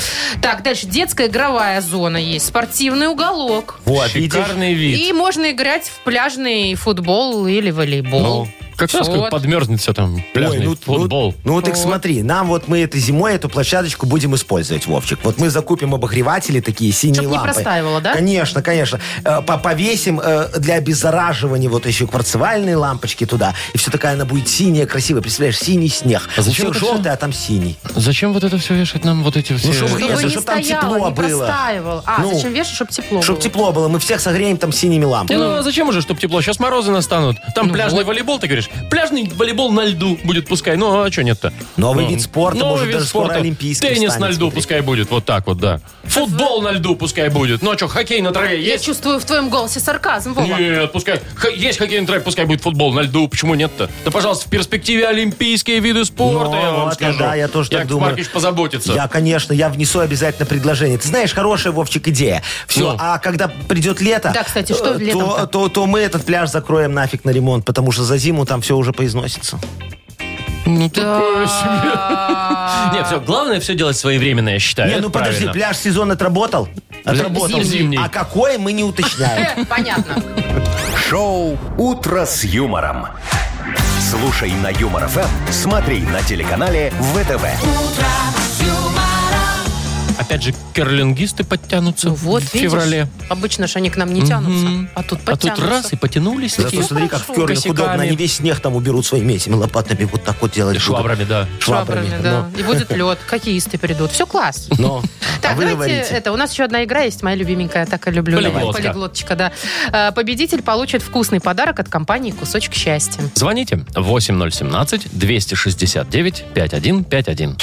S4: Так, дальше детская игровая зона есть, спортивный уголок.
S3: Вот, видишь?
S2: Шикарный вид.
S4: И можно играть в пляжный футбол или волейбол.
S3: Ну,
S2: Как раз
S4: Вот.
S2: как подмерзнет все там, пляжный
S3: Ой, ну,
S2: футбол.
S3: Ну, ну так смотри, нам вот мы этой зимой эту площадочку будем использовать, Вовчик. Вот мы закупим обогреватели такие, синие
S4: Чтоб не
S3: лампы.
S4: простаивало, да?
S3: Конечно, конечно. Э, по- Повесим э, для обеззараживания вот еще кварцевальные лампочки туда. И все такая она будет синяя, красивая. Представляешь, синий снег.
S2: А зачем это
S3: все
S2: всё?
S3: желтое, а там синий.
S2: Зачем вот это все вешать нам, вот эти все...
S3: чтобы
S4: Чтобы
S3: Если
S4: не
S3: Ну, чтоб там
S4: стояло,
S3: тепло
S4: не
S3: было.
S4: простаивало. А,
S3: Ну,
S4: зачем вешать, чтобы тепло
S3: Чтоб
S4: было?
S3: тепло было, мы всех согреем там синими
S2: Не,
S3: лампами.
S2: ну а зачем уже, чтобы тепло? Сейчас морозы настанут. Там
S4: Ну
S2: пляжный
S4: вот.
S2: волейбол, ты говоришь, пляжный волейбол на льду будет пускай. Ну а что нет-то?
S3: Новый
S2: Ну,
S3: вид спорта,
S2: новый
S3: может,
S2: вид
S3: даже скоро
S2: спорта.
S3: олимпийский
S2: Теннис
S3: станет,
S2: на льду
S3: смотри.
S2: пускай будет, вот так вот, да. Футбол на льду пускай будет. Ну а что, хоккей на траве
S4: Я
S2: есть?
S4: чувствую в твоем голосе сарказм, Вова.
S2: Нет, пускай. Х- есть хоккейный трек, пускай будет футбол на льду. Почему нет-то? Да, пожалуйста, в перспективе олимпийские виды спорта,
S3: Ну,
S2: я вам
S3: вот я,
S2: скажу.
S3: да, я тоже так
S2: Яков
S3: думаю.
S2: Маркович позаботится.
S3: Я, конечно, я внесу обязательно предложение. Ты знаешь, хорошая, Вовчик, идея. Все,
S2: Ну.
S3: а когда придет лето,
S4: Да, кстати, что
S3: э, то,
S4: летом-то?
S3: то, то мы этот пляж закроем нафиг на ремонт, потому что за зиму там все уже поизносится.
S2: Ну, такое себе. Нет, все, главное все делать своевременно, я считаю.
S3: не,
S2: А Это
S3: ну подожди,
S2: правильно.
S3: пляж сезон отработал? Отработал.
S2: Зимний.
S3: А какой, мы не уточняем.
S4: Э, Понятно.
S1: Шоу «Утро с юмором». Слушай на Юмор ФМ, смотри на телеканале ВТВ.
S2: Опять же, керлингисты подтянутся
S4: Ну вот,
S2: в
S4: видишь,
S2: феврале.
S4: обычно же они к нам не тянутся, а тут
S2: А тут
S4: подтянутся.
S2: раз и потянулись.
S3: Зато
S2: такие.
S3: смотри, как в керлинг
S2: Косяками.
S3: удобно. Они весь снег там уберут своими этими лопатами. Вот так вот делают.
S2: Швабрами, да.
S3: Швабрами,
S4: Швабрами, да. И будет лед, хоккеисты придут. Все класс.
S3: Но,
S4: Так,
S3: а вы
S4: давайте
S3: говорите.
S4: это. У нас еще одна игра есть, моя любименькая, так и люблю.
S2: Полиглотка.
S4: Полиглоточка, да. Э, Победитель получит вкусный подарок от компании «Кусочек счастья».
S2: Звоните 8017-269-5151.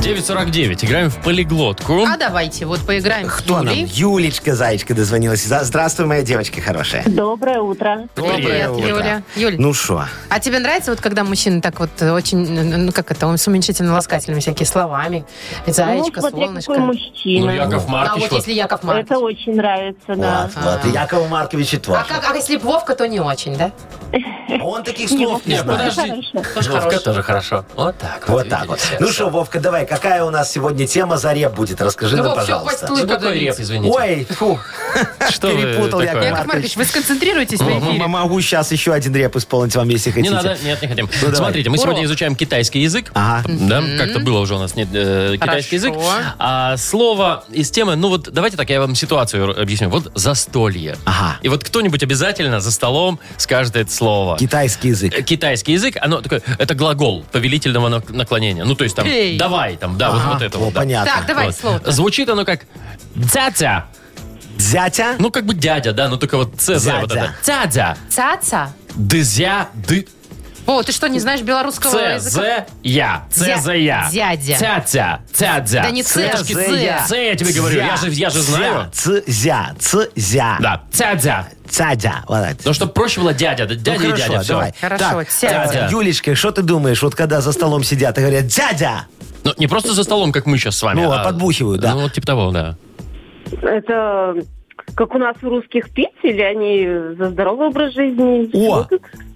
S2: 949. Играем в полиглотку.
S4: А давайте вот поиграем с
S3: Кто нам?
S4: Юлей.
S3: Юлечка, зайчка, дозвонилась. За- Здравствуй, моя девочка хорошая.
S6: Доброе утро.
S4: Привет,
S3: утро.
S4: Юля. Юль,
S3: Ну что?
S4: а тебе нравится, вот когда мужчины так вот э, очень, э, ну как это, он с уменьшительно ласкательными всякие словами,
S6: ну,
S4: заячка,
S6: смотря
S4: солнышко.
S6: какой
S2: Ну,
S6: мужчина.
S2: Яков
S4: а
S2: Маркич.
S4: вот если Яков Маркович.
S6: Это очень нравится, да.
S3: Вот, вот. И Якову Марковичу тоже.
S4: А, как, а если б Вовка, то не очень, да?
S3: А Он таких слов не
S2: Нет,
S6: Ну,
S3: знает.
S2: подожди.
S4: Тоже хороший.
S2: тоже хорошо. Вот так
S3: Вот так вот. Ну что, Вовка, давай, какая у нас сегодня тема за реп будет? Расскажи
S4: Ну,
S3: нам,
S4: Вов, всё,
S3: пожалуйста.
S4: хватит.
S2: какой реп, извините?
S3: Ой, фу,
S2: что вы
S3: перепутал
S2: такое?
S3: Яков
S4: Яков Маркович, вы сконцентрируйтесь на
S3: М-
S4: эфире.
S3: Могу сейчас еще один реп исполнить вам, если
S2: Не
S3: хотите. Ну,
S2: надо, нет, не хотим.
S3: давай. А.
S2: Смотрите, мы сегодня
S4: Урок.
S2: изучаем китайский язык.
S3: Ага.
S2: Да, как-то было уже у нас нет, э, китайский язык.
S4: Хорошо.
S2: А слово из темы, ну вот давайте так, я вам ситуацию объясню. Вот застолье.
S3: Ага.
S2: И вот кто-нибудь обязательно за столом скажет это слово.
S3: Китайский язык.
S2: Э, Китайский язык, оно такое, это глагол повелительного нак- наклонения. Ну, то есть там,
S4: Эй.
S2: давай, там, да,
S3: Ага.
S2: вот, вот это
S3: О,
S2: вот. да.
S3: понятно.
S4: Так, давай
S2: Вот.
S4: слово.
S2: Звучит оно как «дзятя».
S3: Зятя?
S2: Ну, как бы дядя, да, ну только вот «цз» вот
S3: Дзядя.
S2: это. «Дзядя»,
S4: Ца-ца.
S2: «дзя», «ды»,
S4: О, ты что, не знаешь белорусского языка?
S2: «цз-я», «цз-я».
S4: Дядя.
S2: «Ця-ця», «ця-ця».
S4: Да не «ц», а
S3: Ц,
S4: «ц».
S2: «Ц» я тебе говорю, я же, я же знаю.
S3: Цзя, цзя,
S2: Да, «ця-дзя».
S3: цадя. Вот так.
S2: Ну, чтобы проще было дядя, да, дядя
S3: Ну,
S2: и дядя,
S3: хорошо,
S2: все.
S3: давай.
S4: Хорошо,
S3: Так, э,
S4: цядя.
S3: Юлечка, что ты думаешь, вот когда за столом сидят и говорят «дядя»?
S2: Ну, не просто за столом, как мы сейчас с вами.
S3: Ну, а подбухивают, да.
S2: Ну, вот типа того, да.
S6: Это как у нас у русских пить, или они за здоровый образ жизни?
S3: О,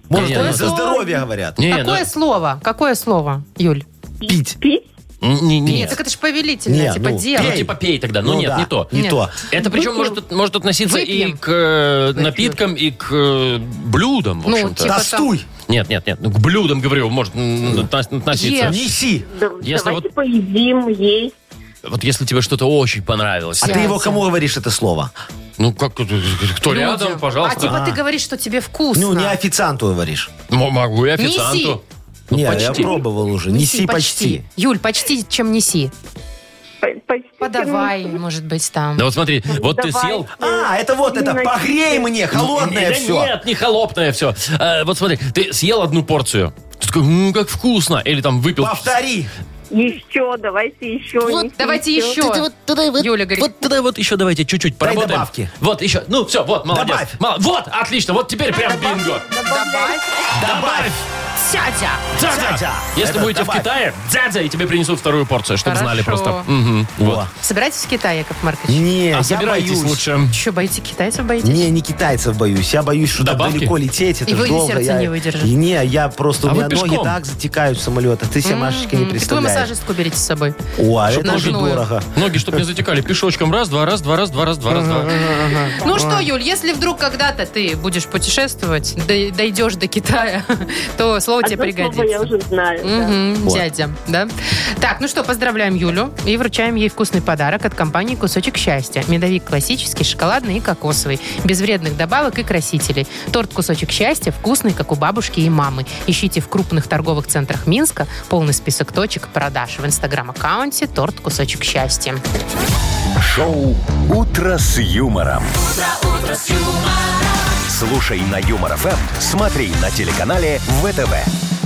S3: может,
S2: Конечно.
S3: они за здоровье говорят.
S2: Не, ну,
S4: Какое слово? Какое слово, Юль?
S3: Пить.
S6: Пить?
S2: Н- не-
S4: Нет, так это же повелительное,
S3: Не,
S4: типа
S3: ну,
S2: Ну,
S4: дело.
S3: пей.
S2: типа пей тогда. Ну, нет,
S3: да,
S2: не то.
S3: Не
S4: Нет.
S3: то.
S2: Это причем может, может относиться и
S4: Выпьем.
S2: к э, напиткам, и к э, блюдам, в
S4: Ну,
S2: общем-то.
S4: типа-
S3: Достуй,
S2: Нет, нет, нет. Ну, к блюдам, говорю, может м, отно- относиться.
S4: Ешь.
S3: неси.
S6: Да,
S2: Если
S6: давайте
S2: вот-
S6: поедим, есть.
S2: Вот если тебе что-то очень понравилось.
S3: А
S4: Я
S3: ты его
S4: за.
S3: кому говоришь это слово?
S2: Ну, как тут, кто
S4: Люди.
S2: рядом, пожалуйста.
S4: А типа ты говоришь, что тебе вкусно.
S3: Ну, не официанту говоришь.
S2: М- Могу и официанту.
S4: Неси.
S2: Ну,
S3: Не, я
S2: почти.
S3: пробовал уже. Неси, почти.
S4: Юль, почти чем неси.
S6: П- почти, ну,
S4: Подавай, может быть, там.
S2: Да вот смотри, вот ты
S6: давай.
S2: сел.
S3: А, это вот это,
S6: Именно
S3: погрей мне, холодное
S2: Ну, Да
S3: все.
S2: Нет, не холопное все. Э, вот смотри, ты съел одну порцию. Ты такой, «М, как вкусно. Или там выпил.
S3: Повтори.
S6: Еще, давайте еще.
S4: Вот,
S6: несите
S4: давайте еще.
S2: Ты вот туда, вот,
S4: Юля говорит.
S2: вот туда вот еще давайте чуть-чуть
S3: Дай
S2: поработаем.
S3: добавки.
S2: Вот еще. Ну все, вот, молодец.
S3: Добавь.
S2: Мало- Вот, отлично. Вот теперь прям бинго. Добавь.
S4: Сядя.
S2: Дядя.
S3: Дядя.
S2: Если
S3: Это
S2: будете
S3: добавь.
S2: в Китае, дядя, и тебе принесут вторую порцию, чтобы знали
S4: Хорошо.
S2: просто. Мгм. Вот.
S3: Во.
S4: Собирайтесь в Китай, Яков Маркович.
S3: Не,
S2: А
S3: э, я
S2: собирайтесь
S3: боюсь.
S2: лучше.
S4: Еще боитесь китайцев, боитесь?
S3: Не, не китайцев боюсь. Я боюсь, что так
S2: Добавки?
S3: далеко лететь. Это
S4: И
S3: ж
S4: вы и
S3: долго.
S4: сердце
S3: я...
S4: не выдержит.
S3: И Не, я просто...
S2: А
S3: у
S2: вы
S3: меня ноги
S2: пешком?
S3: так затекают в самолетах. Ты себе, Машечка, не
S4: М-м-м. Так вы
S3: представляешь.
S4: массажистку берите с собой.
S3: О, а
S2: Чтоб
S3: это же
S4: ножную.
S3: дорого.
S2: Ноги, чтобы не затекали. Пешочком раз, два, раз, два, раз, два, раз, два, раз, два.
S4: Ну что, Юль, если вдруг когда-то ты будешь путешествовать, дой- дойдешь до Китая, то слово тебе
S6: Одно слово я
S4: пригодится.
S6: уже знаю. да.
S4: Мгм,
S3: Вот.
S4: Дядя, да? Так, ну что, поздравляем Юлю и вручаем ей вкусный подарок от компании «Кусочек счастья». Медовик классический, шоколадный и кокосовый. Без вредных добавок и красителей. Торт «Кусочек счастья» вкусный, как у бабушки и мамы. Ищите в крупных торговых центрах Минска. Полный список точек продаж в инстаграм-аккаунте «Торт «Кусочек счастья».
S1: Шоу «Утро с юмором». Слушай на Юмор ФМ, смотри на телеканале ВТВ.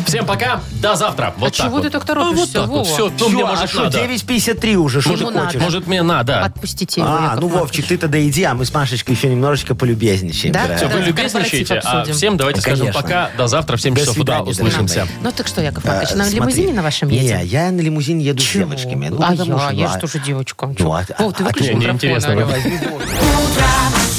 S2: Всем пока, до завтра. Вот
S4: а
S2: так
S4: чего
S2: вот.
S4: ты так торопишься,
S2: А вот так вот,
S4: Вова?
S2: все, ну
S3: Всё,
S2: мне,
S3: а
S2: может,
S3: что,
S2: надо.
S3: 9.53 уже, что ты
S4: Ему надо.
S3: хочешь?
S2: Может, мне надо.
S4: Отпустите его,
S3: А,
S4: Яков
S3: ну,
S4: Маркович.
S3: Вовчик, ты тогда иди, а мы с Машечкой еще немножечко полюбезничаем.
S4: Да?
S3: дорогая.
S2: Все,
S4: Да.
S2: вы
S4: Давайте
S2: любезничайте.
S4: корпоратив
S2: А
S4: обсудим.
S2: всем давайте скажем
S3: Конечно.
S2: пока. До завтра в 7
S3: До
S2: часов утра
S3: свидания,
S2: услышимся.
S3: дорогая.
S4: Ну так что, Яков
S3: А,
S4: Маркович, на
S3: смотри.
S4: лимузине на вашем едем?
S3: Не, я на лимузине еду с девочками. Ну,
S4: а
S3: потому
S4: я,
S3: что,
S4: я
S3: ну,
S4: же
S3: а-
S4: тоже девочка.
S3: Ну, а-
S4: Вов, ты
S3: а-
S4: выключи
S2: а- не,
S4: микрофон,
S2: неинтересно.
S4: алло.
S3: Возьми Вовчика.